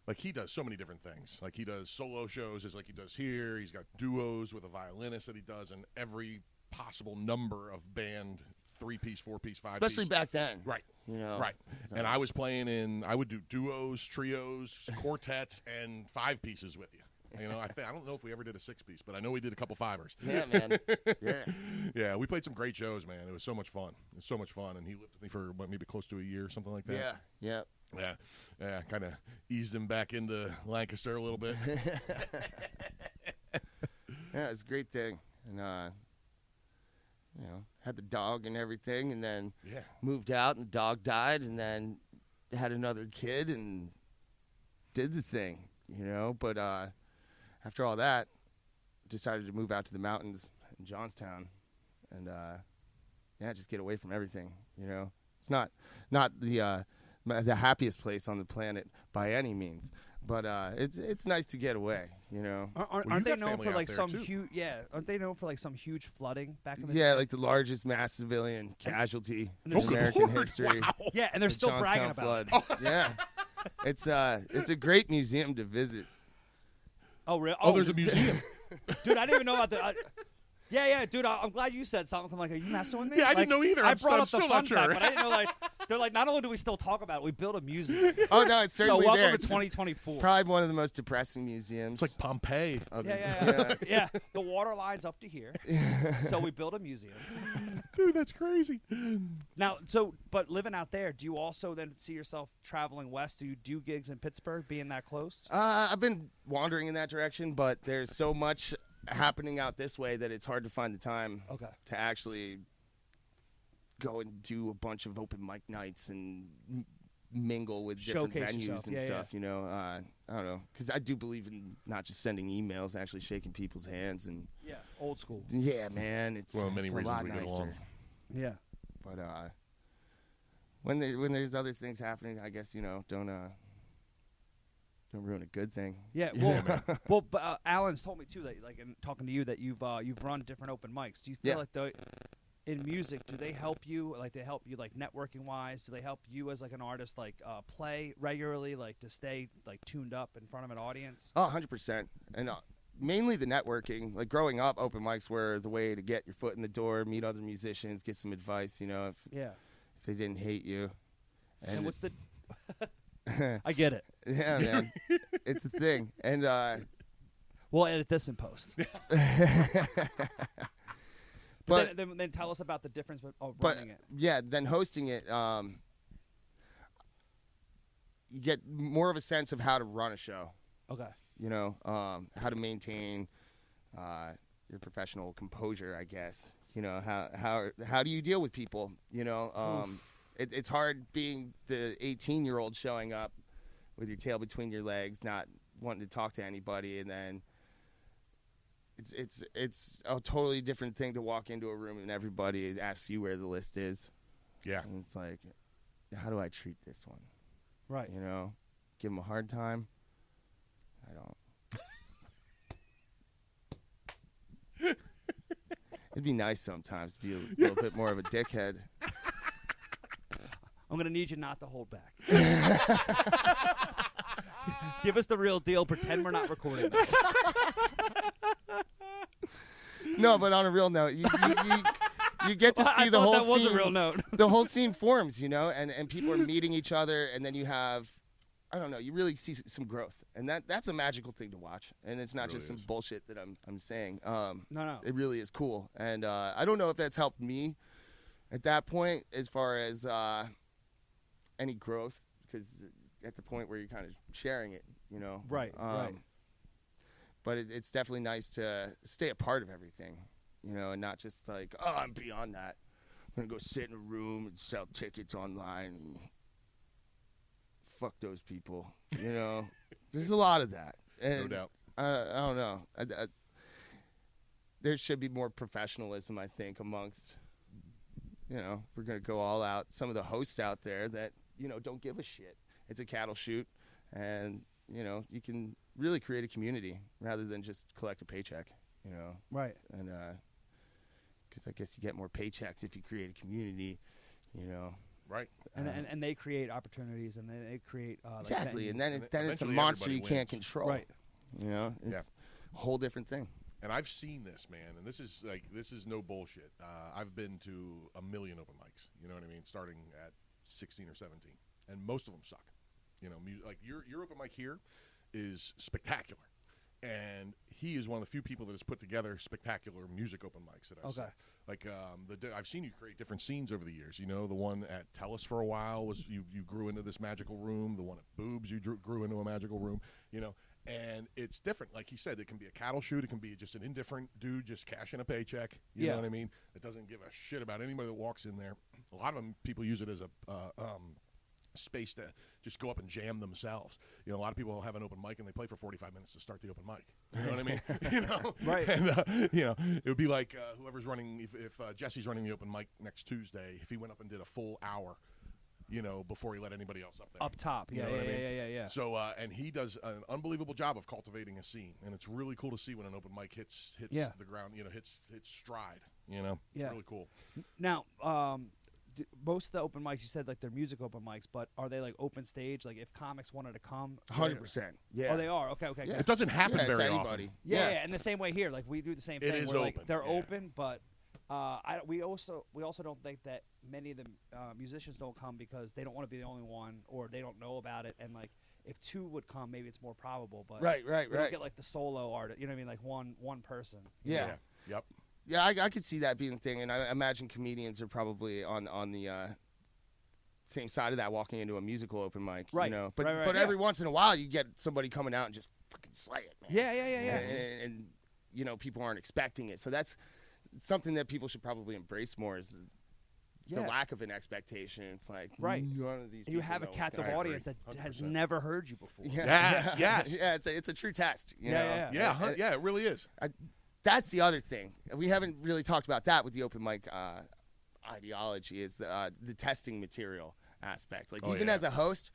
[SPEAKER 3] Like he does so many different things. Like he does solo shows, as like he does here. He's got duos with a violinist that he does, and every possible number of band, three piece, four piece, five.
[SPEAKER 5] Especially
[SPEAKER 3] piece.
[SPEAKER 5] back then,
[SPEAKER 3] Right.
[SPEAKER 5] You know,
[SPEAKER 3] Right. And I was playing in. I would do duos, trios, quartets, and five pieces with you. You know, I, th- I don't know if we ever did a six piece, but I know we did a couple fivers.
[SPEAKER 5] Yeah, man. yeah.
[SPEAKER 3] Yeah, we played some great shows, man. It was so much fun. It was so much fun, and he lived with me for what, maybe close to a year, or something like that.
[SPEAKER 5] Yeah. Yeah.
[SPEAKER 3] yeah, yeah. Kind of eased him back into Lancaster a little bit.
[SPEAKER 5] yeah, it was a great thing, and uh, you know, had the dog and everything, and then
[SPEAKER 3] Yeah.
[SPEAKER 5] moved out, and the dog died, and then had another kid, and did the thing, you know. But uh, after all that, decided to move out to the mountains in Johnstown, and uh, yeah, just get away from everything, you know. It's not not the uh, ma- the happiest place on the planet by any means, but uh, it's it's nice to get away, you know.
[SPEAKER 4] Aren't, aren't
[SPEAKER 3] Well, you
[SPEAKER 4] they
[SPEAKER 3] got
[SPEAKER 4] known
[SPEAKER 3] family
[SPEAKER 4] for
[SPEAKER 3] out
[SPEAKER 4] like
[SPEAKER 3] there,
[SPEAKER 4] some
[SPEAKER 3] too.
[SPEAKER 4] huge? Yeah, aren't they known for like some huge flooding back in the
[SPEAKER 5] Yeah,
[SPEAKER 4] day?
[SPEAKER 5] like the largest mass civilian casualty in
[SPEAKER 4] there's- Oh, good
[SPEAKER 5] American
[SPEAKER 3] Lord,
[SPEAKER 5] history.
[SPEAKER 3] wow.
[SPEAKER 4] yeah, and they're
[SPEAKER 5] the
[SPEAKER 4] still bragging
[SPEAKER 5] Johnstown
[SPEAKER 4] about it.
[SPEAKER 5] flood. yeah, it's uh, it's a great museum to visit.
[SPEAKER 4] Oh, really?
[SPEAKER 3] Oh, there's a museum.
[SPEAKER 4] dude. I didn't even know about the. I, yeah, yeah, dude. I, I'm glad you said something. I'm like, are you messing with me?
[SPEAKER 3] Yeah, I
[SPEAKER 4] Like,
[SPEAKER 3] didn't know either.
[SPEAKER 4] I
[SPEAKER 3] I'm still-
[SPEAKER 4] brought
[SPEAKER 3] I'm
[SPEAKER 4] up the
[SPEAKER 3] still
[SPEAKER 4] fun
[SPEAKER 3] not
[SPEAKER 4] fact,
[SPEAKER 3] sure.
[SPEAKER 4] but I didn't know like they're like. Not only do we still talk about it, we build a museum.
[SPEAKER 5] Oh no, it's
[SPEAKER 4] so
[SPEAKER 5] certainly
[SPEAKER 4] welcome
[SPEAKER 5] there.
[SPEAKER 4] to
[SPEAKER 5] It's just
[SPEAKER 4] 2024.
[SPEAKER 5] Probably one of the most depressing museums.
[SPEAKER 3] It's like Pompeii.
[SPEAKER 5] of
[SPEAKER 4] yeah,
[SPEAKER 5] the-
[SPEAKER 4] yeah, yeah. yeah. The water line's up to here, so we build a museum.
[SPEAKER 3] Dude, that's crazy.
[SPEAKER 4] Now, so but living out there, do you also then see yourself traveling west? Do you do gigs in Pittsburgh, being that close?
[SPEAKER 5] Uh, I've been wandering in that direction, but there's so much happening out this way that it's hard to find the time
[SPEAKER 4] Okay.
[SPEAKER 5] to actually go and do a bunch of open mic nights and m- mingle with different
[SPEAKER 4] Showcase
[SPEAKER 5] venues
[SPEAKER 4] yourself.
[SPEAKER 5] and
[SPEAKER 4] Yeah, yeah.
[SPEAKER 5] stuff. You know, uh, I don't know because I do believe in not just sending emails, actually shaking people's hands and
[SPEAKER 4] Yeah, old school.
[SPEAKER 5] yeah, man, it's
[SPEAKER 3] Well, many
[SPEAKER 5] it's a
[SPEAKER 3] reasons
[SPEAKER 5] lot
[SPEAKER 3] we get
[SPEAKER 5] nicer.
[SPEAKER 3] along.
[SPEAKER 4] Yeah.
[SPEAKER 5] But uh, when there, when there's other things happening, I guess you know don't uh, don't ruin a good thing.
[SPEAKER 4] Yeah, well, well, but uh, Alan's told me too that, like, in talking to you, that you've uh, you've run different open mics. Do you feel
[SPEAKER 5] Yeah.
[SPEAKER 4] like the in music, do they help you? Like, they help you like networking wise? Do they help you as like an artist like uh, play regularly, like to stay like tuned up in front of an audience?
[SPEAKER 5] Oh, 100%. And uh, mainly the networking. Like growing up, open mics were the way to get your foot in the door, meet other musicians, get some advice, you know, if,
[SPEAKER 4] Yeah,
[SPEAKER 5] if they didn't hate you.
[SPEAKER 4] and, what's the? I get it.
[SPEAKER 5] Yeah, man. it's a thing. And uh
[SPEAKER 4] We'll edit this in post. but then,
[SPEAKER 5] but
[SPEAKER 4] then, then tell us about the difference with oh,
[SPEAKER 5] but
[SPEAKER 4] running it.
[SPEAKER 5] yeah, then hosting it um you get more of a sense of how to run a show.
[SPEAKER 4] Okay.
[SPEAKER 5] you know, um, how to maintain uh, your professional composure, I guess. You know, how how how do you deal with people? You know, um, it, it's hard being the 18 year old showing up with your tail between your legs, not wanting to talk to anybody, and then. It's, it's it's a totally different thing to walk into a room and everybody is, asks you where the list is,
[SPEAKER 3] Yeah.
[SPEAKER 5] and it's like, how do I treat this one?
[SPEAKER 4] Right.
[SPEAKER 5] You know, give them a hard time. I don't. It'd be nice sometimes to be a little bit more of a dickhead.
[SPEAKER 4] I'm gonna need you not to hold back. Give us the real deal. Pretend we're not recording this.
[SPEAKER 5] No, but on a real note, you you, you, you get to see
[SPEAKER 4] I
[SPEAKER 5] the
[SPEAKER 4] thought
[SPEAKER 5] whole
[SPEAKER 4] that was
[SPEAKER 5] scene.
[SPEAKER 4] a real note.
[SPEAKER 5] the whole scene forms, you know, and and people are meeting each other, and then you have. I don't know. You really see s- some growth, and that that's a magical thing to watch. And it's not
[SPEAKER 3] It
[SPEAKER 5] just some
[SPEAKER 3] really is.
[SPEAKER 5] bullshit that I'm I'm saying. Um,
[SPEAKER 4] No, no.
[SPEAKER 5] it really is cool. And uh, I don't know if that's helped me at that point as far as uh, any growth because at the point where you're kind of sharing it, you know, Um,
[SPEAKER 4] Right, right.
[SPEAKER 5] But it, it's definitely nice to stay a part of everything, you know, and not just like, oh, I'm beyond that. I'm gonna go sit in a room and sell tickets online. And fuck those people, you know. There's a lot of that. And
[SPEAKER 3] doubt.
[SPEAKER 5] I, I don't know. I, I, there should be more professionalism, I think, amongst. You know, we're gonna go all out. Some of the hosts out there that you know don't give a shit. It's a cattle shoot, and you know you can really create a community rather than just collect a paycheck. You know,
[SPEAKER 4] Right.
[SPEAKER 5] and because I guess you get more paychecks if you create a community, you know.
[SPEAKER 3] Right.
[SPEAKER 4] And, and, and they create opportunities and then they create uh, like
[SPEAKER 5] uh, Exactly,
[SPEAKER 4] venues.
[SPEAKER 5] and then
[SPEAKER 3] And
[SPEAKER 5] it, then it's a
[SPEAKER 3] eventually
[SPEAKER 5] monster you
[SPEAKER 3] everybody
[SPEAKER 5] can't
[SPEAKER 3] wins.
[SPEAKER 5] control.
[SPEAKER 4] Right.
[SPEAKER 5] You know, it's
[SPEAKER 3] Yeah.
[SPEAKER 5] a whole different thing.
[SPEAKER 3] And I've seen this, man. And this is like this is no bullshit. Uh, I've been to a million open mics. You know what I mean? Starting at 16 or 17, and most of them suck. You know, mu- like your your open mic here is spectacular, and he is one of the few people that has put together spectacular music open mics that I've seen.
[SPEAKER 4] Okay.
[SPEAKER 3] Like um, the di- I've seen you create different scenes over the years. You know, the one at Tellus for a while was you you grew into this magical room. The one at Boobs you drew, grew into a magical room. You know, and it's different. Like he said, it can be a cattle shoot, it can be just an indifferent dude just cashing a paycheck. You
[SPEAKER 4] Yeah.
[SPEAKER 3] know what I mean? That doesn't give a shit about anybody that walks in there. A lot of them people use it as a uh, um, space to just go up and jam themselves. You know, a lot of people have an open mic and they play for 45 minutes to start the open mic. You know what I mean? you know,
[SPEAKER 4] Right.
[SPEAKER 3] And uh, you know, it would be like uh, whoever's running. If, if uh, Jesse's running the open mic next Tuesday, if he went up and did a full hour, you know, before he let anybody else up there
[SPEAKER 4] Up top.
[SPEAKER 3] You
[SPEAKER 4] Yeah,
[SPEAKER 3] know
[SPEAKER 4] yeah,
[SPEAKER 3] what I
[SPEAKER 4] yeah,
[SPEAKER 3] mean?
[SPEAKER 4] yeah, yeah, yeah.
[SPEAKER 3] so uh, and he does an unbelievable job of cultivating a scene, and it's really cool to see when an open mic hits hits
[SPEAKER 4] Yeah.
[SPEAKER 3] the ground, you know, hits hits stride, you know, it's
[SPEAKER 4] Yeah.
[SPEAKER 3] really cool.
[SPEAKER 4] Now, um, d- most of the open mics, you said like they're music open mics, but are they like open stage? Like if comics wanted to come,
[SPEAKER 5] Hundred percent. Yeah.
[SPEAKER 4] Oh, they are. Okay, okay.
[SPEAKER 5] Yeah.
[SPEAKER 4] good.
[SPEAKER 3] It doesn't happen
[SPEAKER 5] yeah, it's
[SPEAKER 3] very
[SPEAKER 5] anybody.
[SPEAKER 3] often.
[SPEAKER 4] Yeah,
[SPEAKER 5] Yeah.
[SPEAKER 4] yeah. and the same way here. Like we do the same
[SPEAKER 3] It
[SPEAKER 4] thing.
[SPEAKER 3] is
[SPEAKER 4] where, like,
[SPEAKER 3] open,
[SPEAKER 4] they're
[SPEAKER 3] yeah.
[SPEAKER 4] open, but uh, I, we also we also don't think that many of the uh, musicians don't come because they don't want to be the only one or they don't know about it. And like if two would come, maybe it's more probable. But
[SPEAKER 5] Right, right,
[SPEAKER 4] we don't
[SPEAKER 5] right.
[SPEAKER 4] get like the solo artist. You know what I mean? Like one one person.
[SPEAKER 5] Yeah.
[SPEAKER 3] Yep.
[SPEAKER 5] Yeah, I, I could see that being a thing, and I imagine comedians are probably on on the uh, same side of that walking into a musical open mic,
[SPEAKER 4] Right,
[SPEAKER 5] You know, but
[SPEAKER 4] right, right,
[SPEAKER 5] but
[SPEAKER 4] yeah.
[SPEAKER 5] every once in a while you get somebody coming out and just fucking slay it, man.
[SPEAKER 4] Yeah, yeah, yeah, yeah.
[SPEAKER 5] And, and you know people aren't expecting it, so that's something that people should probably embrace more is the, the
[SPEAKER 4] Yeah.
[SPEAKER 5] lack of an expectation. It's like
[SPEAKER 4] Right.
[SPEAKER 5] none of these.
[SPEAKER 4] And you
[SPEAKER 5] people
[SPEAKER 4] have a
[SPEAKER 5] know what's
[SPEAKER 4] captive
[SPEAKER 5] gonna-
[SPEAKER 4] audience that has never heard you before.
[SPEAKER 5] Yeah.
[SPEAKER 3] Yes, yes.
[SPEAKER 5] yeah. It's a it's a true test. You
[SPEAKER 4] Yeah,
[SPEAKER 5] know?
[SPEAKER 4] yeah,
[SPEAKER 3] Yeah, huh? yeah, it really is.
[SPEAKER 5] I, that's the other thing we haven't really talked about that with the open mic uh, ideology is uh, the testing material aspect like
[SPEAKER 3] Oh,
[SPEAKER 5] even
[SPEAKER 3] yeah.
[SPEAKER 5] as a host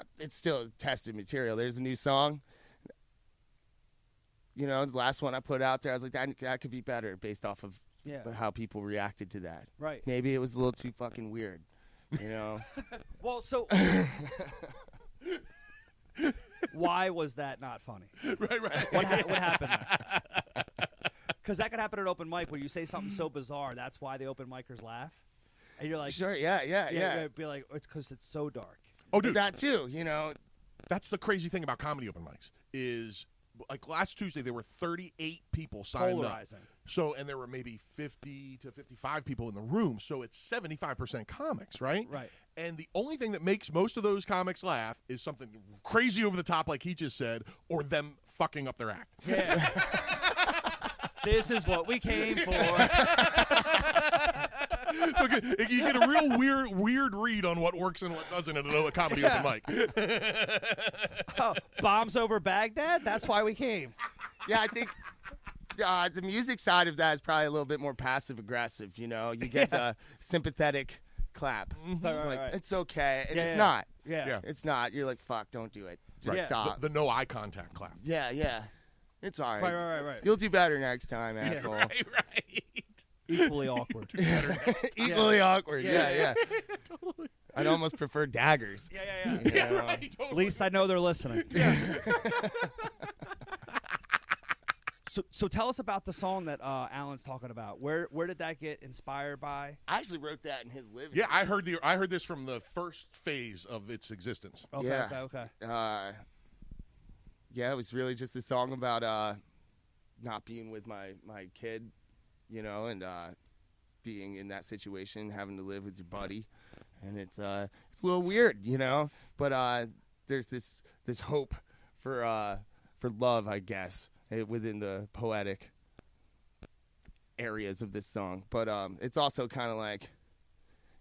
[SPEAKER 5] uh, it's still tested material there's a new song you know the last one i put out there i was like that, that could be better based off of
[SPEAKER 4] Yeah.
[SPEAKER 5] how people reacted to that
[SPEAKER 4] Right.
[SPEAKER 5] maybe it was a little too fucking weird you know
[SPEAKER 4] Well, so why was that not funny?
[SPEAKER 3] right, right.
[SPEAKER 4] What, ha- what happened? Because that could happen at open mic where you say something so bizarre. That's why the open micers laugh, and you're like,
[SPEAKER 5] sure yeah yeah yeah,
[SPEAKER 4] it'd be like, it's because it's so dark.
[SPEAKER 3] Oh, dude,
[SPEAKER 5] that too you know
[SPEAKER 3] that's the crazy thing about comedy open mics is like last Tuesday there were 38 people signed
[SPEAKER 4] Polarizing.
[SPEAKER 3] up. So and there were maybe 50 to 55 people in the room, so it's 75% comics, right?
[SPEAKER 4] Right.
[SPEAKER 3] And the only thing that makes most of those comics laugh is something crazy over the top like he just said or them fucking up their act.
[SPEAKER 4] Yeah. this is what we came for.
[SPEAKER 3] so okay, you get a real weird weird read on what works and what doesn't at a comedy open mic.
[SPEAKER 4] Oh, bombs over Baghdad. That's why we came.
[SPEAKER 5] yeah, I think uh, the music side of that is probably a little bit more passive aggressive. You know, you get the sympathetic clap.
[SPEAKER 4] Mm-hmm. Right,
[SPEAKER 5] Like
[SPEAKER 4] right, right.
[SPEAKER 5] it's okay, and
[SPEAKER 4] Yeah,
[SPEAKER 5] it's
[SPEAKER 4] yeah.
[SPEAKER 5] not.
[SPEAKER 4] Yeah.
[SPEAKER 3] Yeah.
[SPEAKER 5] It's not. You're like, fuck, don't do it. Just
[SPEAKER 4] Right. Yeah.
[SPEAKER 5] stop.
[SPEAKER 3] The, the no eye contact clap.
[SPEAKER 5] yeah, yeah. It's all right.
[SPEAKER 4] Right, right, right, right.
[SPEAKER 5] You'll do better next time, asshole.
[SPEAKER 3] Right, right.
[SPEAKER 4] Equally awkward.
[SPEAKER 5] Equally awkward. Yeah,
[SPEAKER 4] Yeah,
[SPEAKER 5] yeah. I'd almost prefer daggers.
[SPEAKER 4] yeah, yeah, yeah.
[SPEAKER 5] you
[SPEAKER 3] Yeah,
[SPEAKER 5] know?
[SPEAKER 3] right.
[SPEAKER 4] At
[SPEAKER 3] Totally.
[SPEAKER 4] least I know they're listening. so, so tell us about the song that uh, Alan's talking about. Where, where did that get inspired by?
[SPEAKER 5] I actually wrote that in his living.
[SPEAKER 3] Yeah, I heard the I heard this from the first phase of its existence.
[SPEAKER 4] Okay,
[SPEAKER 5] Yeah.
[SPEAKER 4] okay, okay.
[SPEAKER 5] uh, yeah, it was really just a song about uh, not being with my my kid, you know, and uh, being in that situation, having to live with your buddy, and it's uh, it's a little weird, you know, but uh, there's this this hope for uh, for love, I guess, eh, within the poetic areas of this song, but um, it's also kind of like,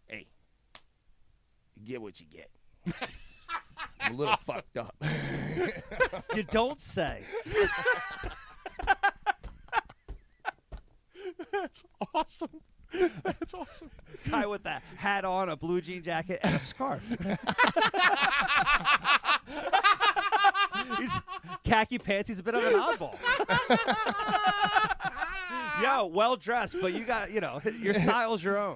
[SPEAKER 5] hey, you get what you get. I'm a little fucked up.
[SPEAKER 4] You don't say.
[SPEAKER 3] That's awesome. That's awesome.
[SPEAKER 4] Guy with a hat on, a blue jean jacket, and a scarf. he's khaki pants. He's a bit of an oddball. Yo, well dressed, but you got you know your style's your own.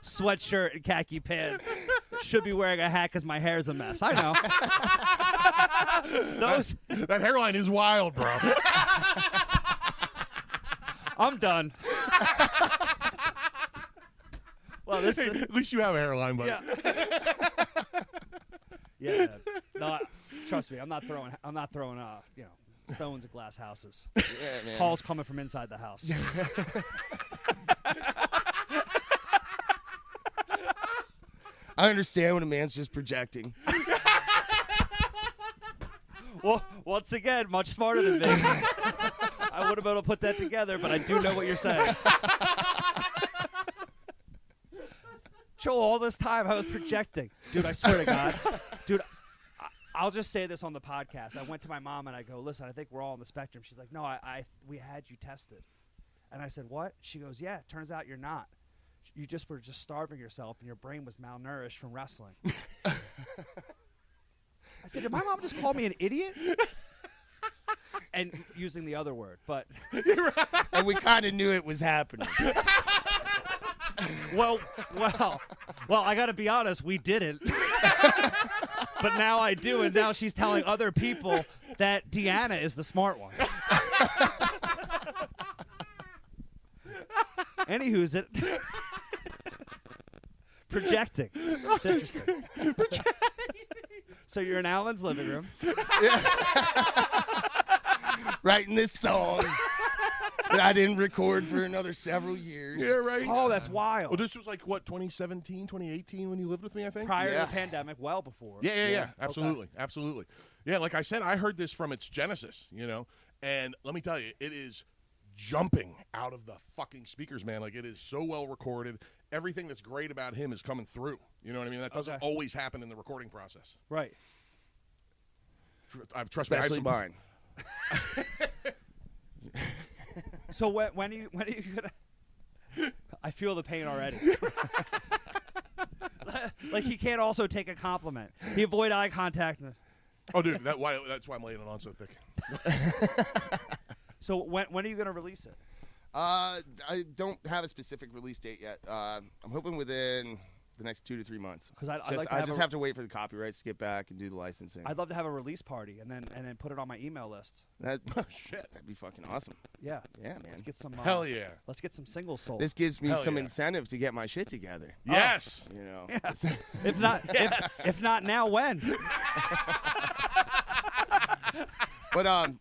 [SPEAKER 4] Sweatshirt and khaki pants. Should be wearing a hat because my hair's a mess. I know. Those.
[SPEAKER 3] That hairline is wild, bro.
[SPEAKER 4] I'm done. well, this
[SPEAKER 3] Hey,
[SPEAKER 4] is
[SPEAKER 3] at least you have a hairline, but
[SPEAKER 4] yeah. yeah. No, I- trust me, I'm not throwing. I'm not throwing. Uh, you know, stones at glass houses.
[SPEAKER 5] Yeah, man.
[SPEAKER 4] Paul's coming from inside the house.
[SPEAKER 5] I understand when a man's just projecting.
[SPEAKER 4] well, once again, much smarter than me. I would have been able to put that together, but I do know what you're saying. Joel, all this time I was projecting. Dude, I swear to God. Dude, I, I'll just say this on the podcast. I went to my mom and I go, listen, I think we're all on the spectrum. She's like, no, I, I we had you tested. And I said, what? She goes, yeah, turns out you're not. You just were just starving yourself and your brain was malnourished from wrestling. I said, did my mom just call me an idiot? and using the other word, but
[SPEAKER 5] and we kind of knew it was happening.
[SPEAKER 4] well, well, well. I got to be honest, we didn't. but now I do, and now she's telling other people that Deanna is the smart one. Anywho's it. Projecting. It's interesting. so you're in Alan's living room.
[SPEAKER 5] Writing this song that I didn't record for another several years.
[SPEAKER 3] Yeah, right.
[SPEAKER 4] Oh, that's wild.
[SPEAKER 3] Well, this was like what 2017, 2018 when you lived with me, I think.
[SPEAKER 4] Prior
[SPEAKER 5] Yeah.
[SPEAKER 4] to the pandemic, well before.
[SPEAKER 3] Yeah, yeah, yeah. Absolutely, absolutely. Yeah, like I said, I heard this from its genesis, you know, and let me tell you, it is jumping out of the fucking speakers, man. Like it is so well recorded. Everything that's great about him is coming through. You know what I mean? That doesn't
[SPEAKER 4] Okay.
[SPEAKER 3] always happen in the recording process.
[SPEAKER 4] Right.
[SPEAKER 3] Tr- I trust me, I have
[SPEAKER 5] Especially
[SPEAKER 3] some-
[SPEAKER 5] mine.
[SPEAKER 4] So when, when are you when are you gonna? I feel the pain already. like he can't also take a compliment. He avoid eye contact.
[SPEAKER 3] Oh, dude, that why that's why I'm laying it on so thick.
[SPEAKER 4] Oh. So when when are you gonna release it?
[SPEAKER 5] Uh, I don't have a specific release date yet. Uh, I'm hoping within the next two to three months.
[SPEAKER 4] 'Cause I'd- I'd
[SPEAKER 5] Just-
[SPEAKER 4] like to
[SPEAKER 5] I
[SPEAKER 4] have
[SPEAKER 5] just
[SPEAKER 4] a-
[SPEAKER 5] have to wait for the copyrights to get back and do the licensing.
[SPEAKER 4] I'd love to have a release party and then and then put it on my email list.
[SPEAKER 5] That,
[SPEAKER 3] Shit.
[SPEAKER 5] that'd be fucking awesome.
[SPEAKER 4] Yeah.
[SPEAKER 5] Yeah, man.
[SPEAKER 4] Oh, Let's get some. Uh,
[SPEAKER 3] Hell yeah.
[SPEAKER 4] Let's get some singles sold.
[SPEAKER 5] This gives me
[SPEAKER 3] Hell
[SPEAKER 5] some
[SPEAKER 3] yeah.
[SPEAKER 5] incentive to get my shit together.
[SPEAKER 3] Yes.
[SPEAKER 5] You know,
[SPEAKER 4] if not, if, if not now, when?
[SPEAKER 5] but um,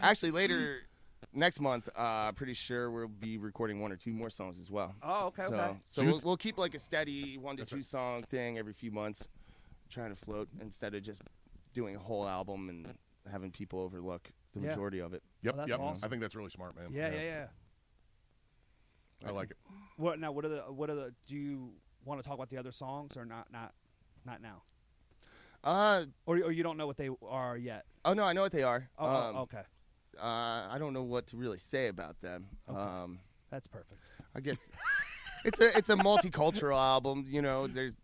[SPEAKER 5] actually later next month, uh, I'm pretty sure we'll be recording one or two more songs as well.
[SPEAKER 4] Oh, okay,
[SPEAKER 5] so,
[SPEAKER 4] okay.
[SPEAKER 5] So we'll, we'll keep like a steady one to two song thing every few months, trying to float instead of just doing a whole album and having people overlook the
[SPEAKER 4] Yeah.
[SPEAKER 5] majority of it.
[SPEAKER 3] Yep.
[SPEAKER 4] Oh, that's
[SPEAKER 3] yep.
[SPEAKER 4] awesome.
[SPEAKER 3] I think that's really smart, man.
[SPEAKER 4] Yeah, yeah, yeah.
[SPEAKER 3] I like it.
[SPEAKER 4] What now? What are the what are the? Do you want to talk about the other songs or not? Not not now.
[SPEAKER 5] Uh,
[SPEAKER 4] Or or you don't know what they are yet?
[SPEAKER 5] oh no, I know what they are.
[SPEAKER 4] Oh,
[SPEAKER 5] um,
[SPEAKER 4] oh, okay.
[SPEAKER 5] uh, I don't know what to really say about them. Um,
[SPEAKER 4] That's perfect.
[SPEAKER 5] I guess it's a it's a multicultural album. You know, there's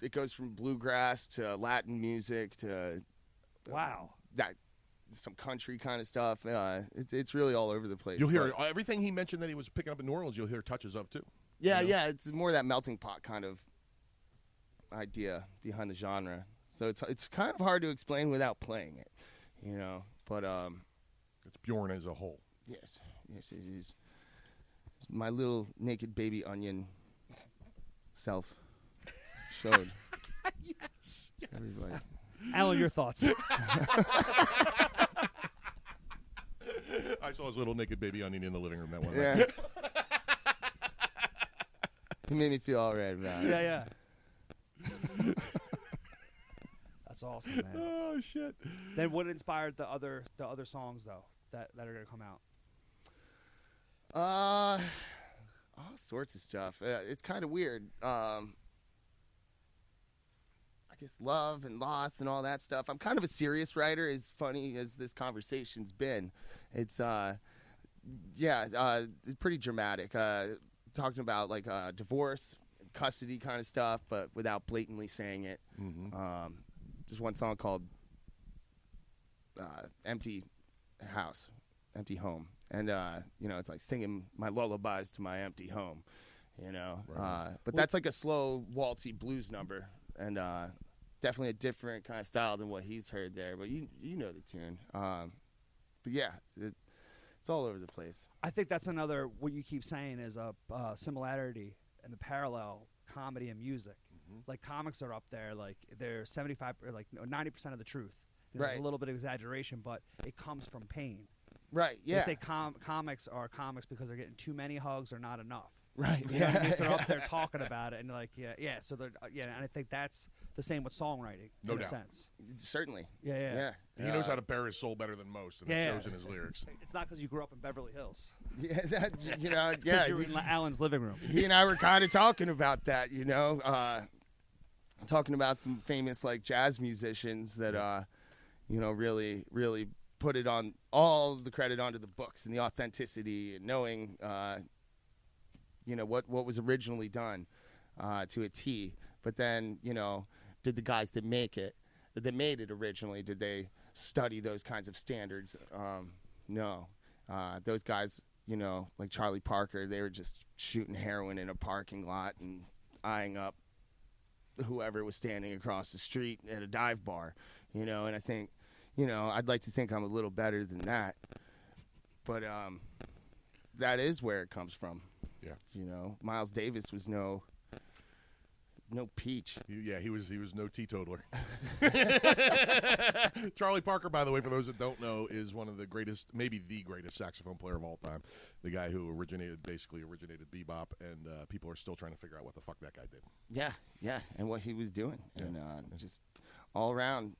[SPEAKER 5] it goes from bluegrass to Latin music to
[SPEAKER 4] Wow.
[SPEAKER 5] that some country kind of stuff. Uh, it's it's really all over the place.
[SPEAKER 3] You'll hear
[SPEAKER 5] but-
[SPEAKER 3] everything he mentioned that he was picking up in New Orleans. You'll hear touches of too.
[SPEAKER 5] yeah,
[SPEAKER 3] you know?
[SPEAKER 5] yeah. It's more that melting pot kind of idea behind the genre. So it's it's kind of hard to explain without playing it, you know. But um,
[SPEAKER 3] It's Bjorn as a whole.
[SPEAKER 5] yes, yes, it is. It's my little naked baby onion self showed. yes, Everybody.
[SPEAKER 4] Alan, your thoughts.
[SPEAKER 3] I saw his little naked baby onion in the living room that one night.
[SPEAKER 5] Yeah. he made me feel all right about it.
[SPEAKER 4] yeah, yeah. That's awesome, man.
[SPEAKER 3] Oh shit!
[SPEAKER 4] Then what inspired the other the other songs though that, that are gonna come out?
[SPEAKER 5] Uh, all sorts of stuff. Uh, it's kind of weird. Um, I guess love and loss and all that stuff. I'm kind of a serious writer, as funny as this conversation's been. It's uh, yeah, uh, it's pretty dramatic. Uh, talking about like uh, divorce, custody kind of stuff, but without blatantly saying it. Um, just one song called uh, "Empty House," "Empty Home," and uh, you know it's like singing my lullabies to my empty home. You know, uh, but that's like a slow waltzy blues number, and uh, definitely a different kind of style than what he's heard there. But you you know the tune. Um, but yeah, it, it's all over the place.
[SPEAKER 4] I think that's another what you keep saying is a uh, similarity and the parallel comedy and music. Like comics are up there, like they're seventy five or like ninety percent of the truth. You know,
[SPEAKER 5] Right.
[SPEAKER 4] A little bit of exaggeration, but it comes from pain.
[SPEAKER 5] Right? Yeah.
[SPEAKER 4] They say com- comics are comics because they're getting too many hugs or not enough.
[SPEAKER 5] Right.
[SPEAKER 4] You know what I mean?
[SPEAKER 5] Yeah.
[SPEAKER 4] So they're up there talking about it, and like, yeah, yeah. So they're, uh, yeah, and I think that's the same with songwriting,
[SPEAKER 3] No
[SPEAKER 4] in
[SPEAKER 3] doubt.
[SPEAKER 4] a sense.
[SPEAKER 5] Certainly.
[SPEAKER 4] Yeah, yeah.
[SPEAKER 5] Yeah.
[SPEAKER 3] He knows
[SPEAKER 5] Uh,
[SPEAKER 3] how to bare his soul better than most, and it
[SPEAKER 4] Yeah.
[SPEAKER 3] shows in his lyrics.
[SPEAKER 4] It's not because you grew up in Beverly Hills.
[SPEAKER 5] Yeah, that, you know,
[SPEAKER 4] 'Cause
[SPEAKER 5] yeah.
[SPEAKER 4] you were in
[SPEAKER 5] He,
[SPEAKER 4] La- Alan's living room.
[SPEAKER 5] he and I were kind of talking about that, you know, uh, talking about some famous like jazz musicians that, uh, you know, really, really put it on all the credit onto the books and the authenticity and knowing, uh, you know, what, what was originally done uh, to a T. But then, you know, did the guys that make it, that made it originally, did they study those kinds of standards? Um, no. Uh, those guys, you know, like Charlie Parker, they were just shooting heroin in a parking lot and eyeing up whoever was standing across the street at a dive bar, you know. And I think, you know, I'd like to think I'm a little better than that, but um, that is where it comes from.
[SPEAKER 3] Yeah.
[SPEAKER 5] You know, Miles Davis was no, no peach.
[SPEAKER 3] He- Yeah, he was he was no teetotaler. Charlie Parker, by the way, for those that don't know, is one of the greatest, maybe the greatest saxophone player of all time. The guy who originated, basically originated bebop, and uh, people are still trying to figure out what the fuck that guy did.
[SPEAKER 5] Yeah, yeah, and what he was doing, and uh, just all around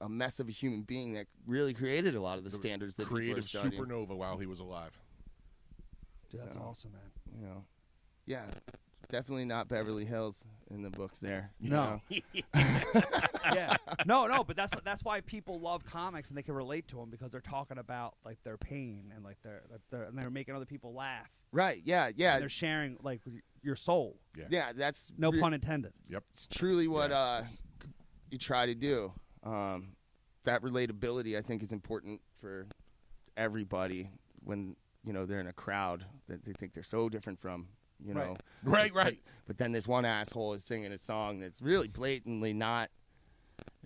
[SPEAKER 5] a mess of a human being that really created a lot of the, standards that people are
[SPEAKER 3] Creative
[SPEAKER 5] studying.
[SPEAKER 3] supernova while he was alive.
[SPEAKER 4] Dude, that's
[SPEAKER 5] So-
[SPEAKER 4] awesome, man.
[SPEAKER 5] you know, yeah, definitely not Beverly Hills in the books there. you
[SPEAKER 4] No.
[SPEAKER 5] know?
[SPEAKER 4] yeah. No, no, but that's that's why people love comics and they can relate to them because they're talking about like their pain and like their, like, their and they're making other people laugh.
[SPEAKER 5] right? Yeah, yeah,
[SPEAKER 4] And they're sharing like y- your soul.
[SPEAKER 3] Yeah.
[SPEAKER 5] yeah. That's
[SPEAKER 4] No
[SPEAKER 5] re-
[SPEAKER 4] pun intended.
[SPEAKER 3] Yep.
[SPEAKER 5] It's truly what uh, you try to do. Um, that relatability, I think, is important for everybody when you know they're in a crowd that they think they're so different from. You
[SPEAKER 4] Right.
[SPEAKER 5] know,
[SPEAKER 3] Right, right.
[SPEAKER 5] But then this one asshole is singing a song that's really blatantly not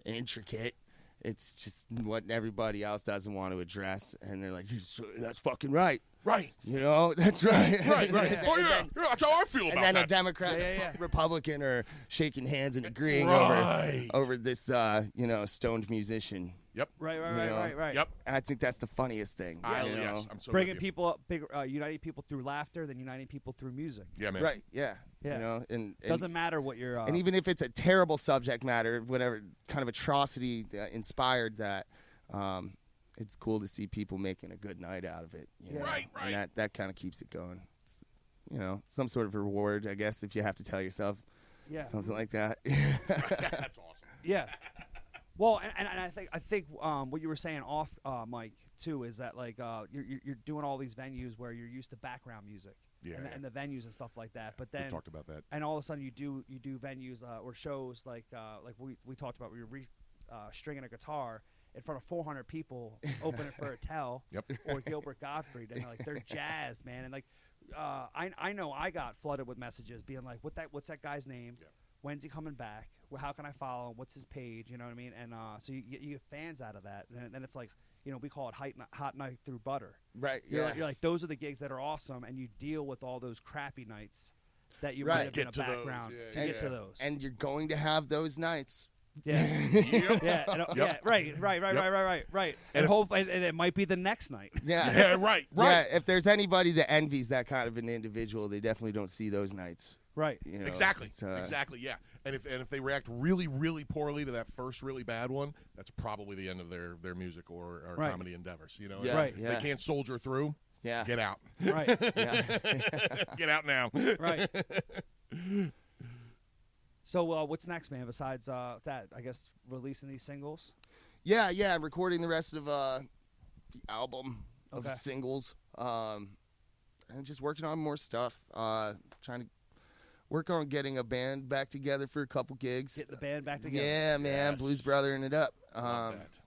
[SPEAKER 5] intricate. It's just what everybody else doesn't want to address, and they're like, "You s- "That's fucking right."
[SPEAKER 3] Right.
[SPEAKER 5] You know, that's right.
[SPEAKER 3] Right, right.
[SPEAKER 5] And
[SPEAKER 3] Oh,
[SPEAKER 5] then-
[SPEAKER 3] yeah. yeah. That's how I feel
[SPEAKER 5] And
[SPEAKER 3] about
[SPEAKER 5] then a
[SPEAKER 3] that.
[SPEAKER 5] Democrat,
[SPEAKER 4] Yeah, yeah, yeah.
[SPEAKER 5] Republican are shaking hands and agreeing
[SPEAKER 3] Right.
[SPEAKER 5] over over this, uh, you know, stoned musician.
[SPEAKER 3] yep.
[SPEAKER 4] Right, right,
[SPEAKER 5] You
[SPEAKER 4] right,
[SPEAKER 5] know?
[SPEAKER 4] right, right.
[SPEAKER 3] Yep.
[SPEAKER 5] And I think that's the funniest thing.
[SPEAKER 3] I,
[SPEAKER 5] you know?
[SPEAKER 3] yes. I'm so
[SPEAKER 4] Bringing
[SPEAKER 3] with you.
[SPEAKER 4] people up, big, uh, uniting people through laughter, then uniting people through music.
[SPEAKER 3] Yeah, man.
[SPEAKER 5] Right? Yeah.
[SPEAKER 4] Yeah.
[SPEAKER 5] You know, and, and
[SPEAKER 4] Doesn't matter what your uh,
[SPEAKER 5] and even if it's a terrible subject matter, whatever kind of atrocity uh, inspired that, um, it's cool to see people making a good night out of it. you know?
[SPEAKER 3] Right, right.
[SPEAKER 5] And that, that kind of keeps it going. It's, you know, some sort of reward, I guess, if you have to tell yourself
[SPEAKER 4] yeah.
[SPEAKER 5] something like that.
[SPEAKER 3] That's awesome.
[SPEAKER 4] Yeah. Well, and, and, and I think I think um, what you were saying off uh, Mike too is that like uh, you're you're- you're doing all these venues where you're used to background music
[SPEAKER 3] Yeah,
[SPEAKER 4] and, the-
[SPEAKER 3] yeah.
[SPEAKER 4] and the venues and stuff like that, but
[SPEAKER 3] We've
[SPEAKER 4] then
[SPEAKER 3] talked about that.
[SPEAKER 4] and all of a sudden you do you do venues uh, or shows like uh, like we, we talked about we were re- uh, stringing a guitar in front of 400 people opening for Attell
[SPEAKER 3] Yep.
[SPEAKER 4] or Gilbert Gottfried and like they're jazzed man and like uh, I I know I got flooded with messages being like what that what's that guy's name
[SPEAKER 3] Yep.
[SPEAKER 4] when's he coming back well, how can I follow him what's his page you know what I mean and uh, so you, you you get fans out of that and then it's like you know we call it hot, kn- hot knife through butter
[SPEAKER 5] right.
[SPEAKER 4] you're, like, you're like, those are the gigs that are awesome, and you deal with all those crappy nights that you
[SPEAKER 5] Right.
[SPEAKER 4] might have been
[SPEAKER 3] Get
[SPEAKER 4] a
[SPEAKER 3] to those,
[SPEAKER 4] background
[SPEAKER 3] yeah,
[SPEAKER 4] to
[SPEAKER 5] yeah,
[SPEAKER 4] get to
[SPEAKER 3] yeah.
[SPEAKER 4] those.
[SPEAKER 5] and you're going to have those nights.
[SPEAKER 4] yeah,
[SPEAKER 3] Yep.
[SPEAKER 4] yeah, and, uh, yeah, right, right, right,
[SPEAKER 3] Yep.
[SPEAKER 4] right, right, right, right. And hope, and, and it might be the next night.
[SPEAKER 5] Yeah.
[SPEAKER 3] Yeah, right, right.
[SPEAKER 5] Yeah, if there's anybody that envies that kind of an individual, they definitely don't see those nights.
[SPEAKER 4] Right.
[SPEAKER 5] You know,
[SPEAKER 3] Exactly.
[SPEAKER 5] It's, uh,
[SPEAKER 3] exactly. Yeah. And if and if they react really, really poorly to that first really bad one, that's probably the end of their their music or, or
[SPEAKER 4] Right.
[SPEAKER 3] comedy endeavors. You know,
[SPEAKER 5] Yeah,
[SPEAKER 4] Right.
[SPEAKER 3] If
[SPEAKER 5] yeah.
[SPEAKER 3] They can't soldier through.
[SPEAKER 5] Yeah. Um,
[SPEAKER 3] Get out.
[SPEAKER 4] Right.
[SPEAKER 5] Yeah.
[SPEAKER 3] Get out now.
[SPEAKER 4] right. So, uh, what's next, man? Besides uh, that, I guess releasing these singles.
[SPEAKER 5] yeah, yeah. I'm recording the rest of uh, the album of
[SPEAKER 4] Okay.
[SPEAKER 5] singles, um, and just working on more stuff. Uh, trying to work on getting a band back together for a couple gigs.
[SPEAKER 4] Getting the band back together.
[SPEAKER 5] yeah, man.
[SPEAKER 3] Yes.
[SPEAKER 5] Blues Brothering it up.
[SPEAKER 3] Love
[SPEAKER 5] Um,
[SPEAKER 3] that.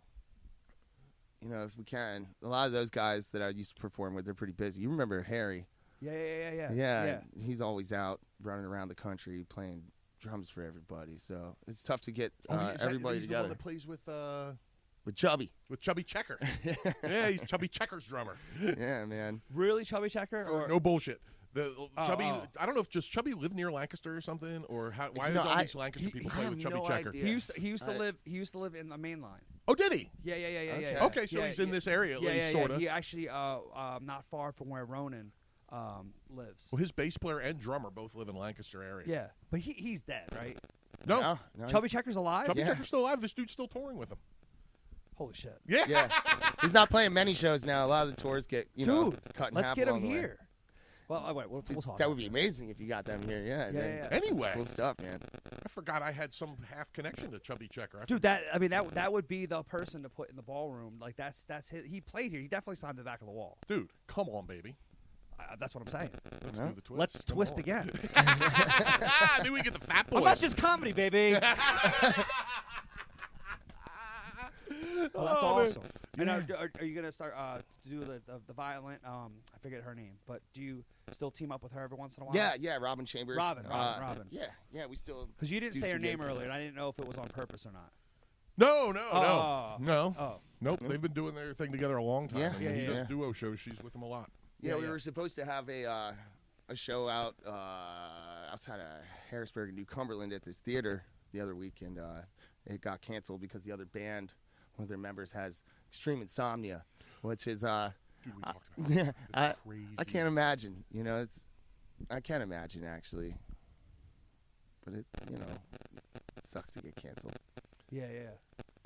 [SPEAKER 5] you know, if we can. A lot of those guys that I used to perform with, they're pretty busy. You remember Harry?
[SPEAKER 4] Yeah, yeah, yeah, Uh, yeah.
[SPEAKER 5] yeah, he's always out running around the country playing drums for everybody. So it's tough to get
[SPEAKER 3] Oh,
[SPEAKER 5] uh,
[SPEAKER 3] is that-
[SPEAKER 5] everybody
[SPEAKER 3] he's
[SPEAKER 5] together
[SPEAKER 3] The one that plays with uh,
[SPEAKER 5] with Chubby.
[SPEAKER 3] with Chubby Checker. yeah, he's Chubby Checker's drummer.
[SPEAKER 5] yeah, man.
[SPEAKER 4] Really, Chubby Checker? Or
[SPEAKER 3] No bullshit. The uh, Chubby,
[SPEAKER 4] oh.
[SPEAKER 3] I don't know if just Chubby lived near Lancaster or something, or how, why
[SPEAKER 5] You
[SPEAKER 3] does
[SPEAKER 5] know,
[SPEAKER 3] all
[SPEAKER 5] I-
[SPEAKER 3] these Lancaster
[SPEAKER 5] he-
[SPEAKER 3] people
[SPEAKER 5] I
[SPEAKER 3] play
[SPEAKER 5] have
[SPEAKER 3] with Chubby
[SPEAKER 5] no
[SPEAKER 3] Checker?
[SPEAKER 5] idea.
[SPEAKER 4] he used to, he used to
[SPEAKER 5] I-
[SPEAKER 4] live he used to live in the main line.
[SPEAKER 3] Oh, did he?
[SPEAKER 4] Yeah, yeah, yeah, yeah, yeah,
[SPEAKER 5] Okay.
[SPEAKER 4] yeah.
[SPEAKER 3] Okay, so
[SPEAKER 4] Yeah,
[SPEAKER 3] he's in
[SPEAKER 4] yeah.
[SPEAKER 3] this area at
[SPEAKER 4] yeah,
[SPEAKER 3] least,
[SPEAKER 4] yeah,
[SPEAKER 3] sorta.
[SPEAKER 4] Yeah. He actually uh, um, not far from where Ronan um, lives.
[SPEAKER 3] Well, his bass player and drummer both live in Lancaster area.
[SPEAKER 4] Yeah, but he, he's dead, right?
[SPEAKER 3] No,
[SPEAKER 5] Yeah, no,
[SPEAKER 4] Chubby
[SPEAKER 5] he's-
[SPEAKER 4] Checker's alive.
[SPEAKER 3] Chubby
[SPEAKER 5] Yeah.
[SPEAKER 3] Checker's still alive. This dude's still touring with him.
[SPEAKER 4] Holy shit,
[SPEAKER 3] Yeah.
[SPEAKER 5] Yeah, he's not playing many shows now. A lot of the tours get you know
[SPEAKER 4] dude!
[SPEAKER 5] cut in
[SPEAKER 4] let's
[SPEAKER 5] half
[SPEAKER 4] get him
[SPEAKER 5] along the way.
[SPEAKER 4] here. Well, all right, we'll, we'll talk.
[SPEAKER 5] That
[SPEAKER 4] about
[SPEAKER 5] would be amazing if you got them here. Yeah.
[SPEAKER 4] Yeah,
[SPEAKER 5] then-
[SPEAKER 4] yeah, yeah.
[SPEAKER 5] that's
[SPEAKER 3] Anyway.
[SPEAKER 5] cool stuff, man.
[SPEAKER 3] I forgot I had some half connection to Chubby Checker. I
[SPEAKER 4] it. dude. That I mean, that that would be the person to put in the ballroom. Like that's that's his, he played here. He definitely signed the back of the wall.
[SPEAKER 3] dude, come on, baby.
[SPEAKER 4] I, that's what I'm saying.
[SPEAKER 3] Let's
[SPEAKER 5] Yeah.
[SPEAKER 3] do the twist.
[SPEAKER 4] Let's
[SPEAKER 3] Come
[SPEAKER 4] twist
[SPEAKER 3] on.
[SPEAKER 4] again.
[SPEAKER 3] ah, then we get the fat boys.
[SPEAKER 4] I'm not Oh, just comedy, baby. Well, that's
[SPEAKER 3] Oh, man.
[SPEAKER 4] awesome. And are, are, are you gonna start uh, to do the, the the violent? Um, I forget her name, but do you still team up with her every once in a while?
[SPEAKER 5] Yeah, yeah. Robin Chambers.
[SPEAKER 4] Robin, Robin,
[SPEAKER 5] Uh,
[SPEAKER 4] Robin.
[SPEAKER 5] Yeah, yeah. We still
[SPEAKER 4] because you didn't
[SPEAKER 5] do
[SPEAKER 4] say her
[SPEAKER 5] some
[SPEAKER 4] name
[SPEAKER 5] gigs.
[SPEAKER 4] earlier, and I didn't know if it was on purpose or not.
[SPEAKER 3] no, no,
[SPEAKER 4] Oh.
[SPEAKER 3] no, no.
[SPEAKER 4] Oh,
[SPEAKER 3] Nope, they've been doing their thing together a long time.
[SPEAKER 5] Yeah.
[SPEAKER 3] and
[SPEAKER 5] Yeah,
[SPEAKER 3] he
[SPEAKER 4] yeah,
[SPEAKER 3] does
[SPEAKER 5] yeah.
[SPEAKER 3] duo shows. She's with him a lot.
[SPEAKER 5] Yeah,
[SPEAKER 4] Yeah,
[SPEAKER 5] we
[SPEAKER 4] yeah.
[SPEAKER 5] were supposed to have a uh, a show out uh, outside of Harrisburg and New Cumberland at this theater the other week, and uh, it got canceled because the other band, one of their members, has extreme insomnia, which is uh,
[SPEAKER 3] Dude, we talked about
[SPEAKER 5] yeah, I,
[SPEAKER 3] That's crazy.
[SPEAKER 5] I can't imagine. You know, it's I can't imagine actually, but it you know it sucks to get canceled.
[SPEAKER 4] yeah, yeah.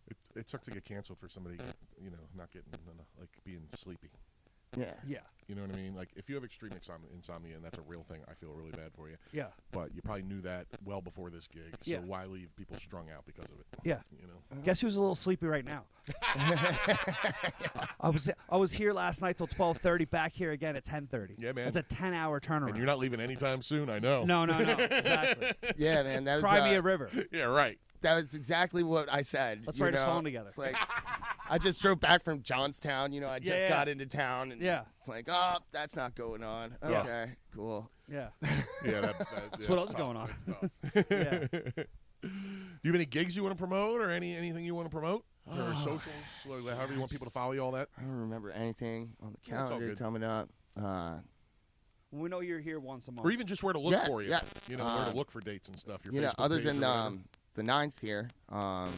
[SPEAKER 3] It, it sucks to get canceled for somebody, you know, not getting enough- like being sleepy.
[SPEAKER 5] Yeah,
[SPEAKER 4] Yeah,
[SPEAKER 3] You know what I mean? Like if you have extreme insom- insomnia and that's a real thing, I feel really bad for you.
[SPEAKER 4] yeah,
[SPEAKER 3] But you probably knew that well before this gig, so
[SPEAKER 4] Yeah.
[SPEAKER 3] why leave people strung out because of it?
[SPEAKER 4] yeah.
[SPEAKER 3] You know,
[SPEAKER 4] Guess who's a little sleepy right now? I was I was here last night till twelve thirty. Back here again at ten thirty.
[SPEAKER 3] Yeah, man.
[SPEAKER 4] That's a ten hour turnaround.
[SPEAKER 3] and you're not leaving anytime soon. I know.
[SPEAKER 4] no, no, no. Exactly.
[SPEAKER 5] yeah, man. That was
[SPEAKER 4] Cry
[SPEAKER 5] uh,
[SPEAKER 4] me a river.
[SPEAKER 3] Yeah, right.
[SPEAKER 5] that was exactly what I said.
[SPEAKER 4] Let's
[SPEAKER 5] you
[SPEAKER 4] write a
[SPEAKER 5] know?
[SPEAKER 4] song together.
[SPEAKER 5] It's like I just drove back from Johnstown. You know, I just
[SPEAKER 4] yeah.
[SPEAKER 5] got into town, and
[SPEAKER 4] Yeah.
[SPEAKER 5] it's like, oh, that's not going on. Okay,
[SPEAKER 4] Yeah.
[SPEAKER 5] cool.
[SPEAKER 4] Yeah,
[SPEAKER 3] Yeah, that, that, that's
[SPEAKER 4] what else is
[SPEAKER 3] tough.
[SPEAKER 4] going on.
[SPEAKER 3] That's tough. Do
[SPEAKER 4] yeah.
[SPEAKER 3] you have any gigs you want to promote, or any anything you want to promote, or socials, or however you want people to follow you? All that.
[SPEAKER 5] I don't remember anything on the
[SPEAKER 3] Yeah, it's all
[SPEAKER 5] calendar
[SPEAKER 3] good.
[SPEAKER 5] coming up. Uh,
[SPEAKER 4] We know you're here once a month.
[SPEAKER 3] or even just where to look
[SPEAKER 5] Yes,
[SPEAKER 3] for you.
[SPEAKER 5] yes.
[SPEAKER 3] You know, where
[SPEAKER 5] Uh,
[SPEAKER 3] to look for dates and stuff. Your
[SPEAKER 5] you know,
[SPEAKER 3] Facebook
[SPEAKER 5] other
[SPEAKER 3] page
[SPEAKER 5] than
[SPEAKER 3] or whatever.
[SPEAKER 5] um, the ninth here, um,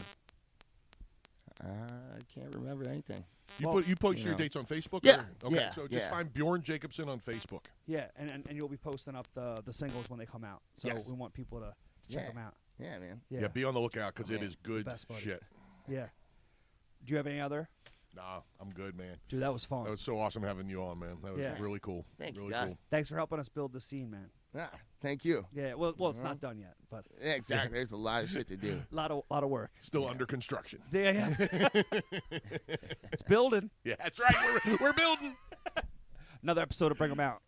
[SPEAKER 5] I can't remember anything.
[SPEAKER 3] you put you post
[SPEAKER 5] you
[SPEAKER 3] your
[SPEAKER 5] know.
[SPEAKER 3] dates on Facebook.
[SPEAKER 5] Yeah,
[SPEAKER 3] or- okay,
[SPEAKER 5] yeah,
[SPEAKER 3] so just
[SPEAKER 5] yeah.
[SPEAKER 3] find Bjorn Jacobson on Facebook.
[SPEAKER 4] Yeah, and, and, and you'll be posting up the the singles when they come out. So
[SPEAKER 5] Yes.
[SPEAKER 4] we want people to, to check
[SPEAKER 5] Yeah.
[SPEAKER 4] them out.
[SPEAKER 5] Yeah, man.
[SPEAKER 4] Yeah.
[SPEAKER 3] Yeah, be on the lookout because it
[SPEAKER 5] man.
[SPEAKER 3] is good
[SPEAKER 4] Best buddy.
[SPEAKER 3] shit.
[SPEAKER 4] yeah. Do you have any other?
[SPEAKER 3] Nah, I'm good, man.
[SPEAKER 4] Dude, that was fun.
[SPEAKER 3] That was so awesome having you on, man. That was
[SPEAKER 4] Yeah.
[SPEAKER 3] really cool.
[SPEAKER 5] Thank you,
[SPEAKER 3] really
[SPEAKER 5] guys.
[SPEAKER 3] cool.
[SPEAKER 4] Thanks for helping us build the scene, man.
[SPEAKER 5] Ah, thank you.
[SPEAKER 4] Yeah, well, well, it's not done yet, but
[SPEAKER 5] Yeah, exactly. There's a lot of shit to do.
[SPEAKER 4] a lot of lot of work.
[SPEAKER 3] Still under construction.
[SPEAKER 4] Yeah, yeah. it's building.
[SPEAKER 3] Yeah, that's right. We're, we're building.
[SPEAKER 4] Another episode of Bring 'Em Out.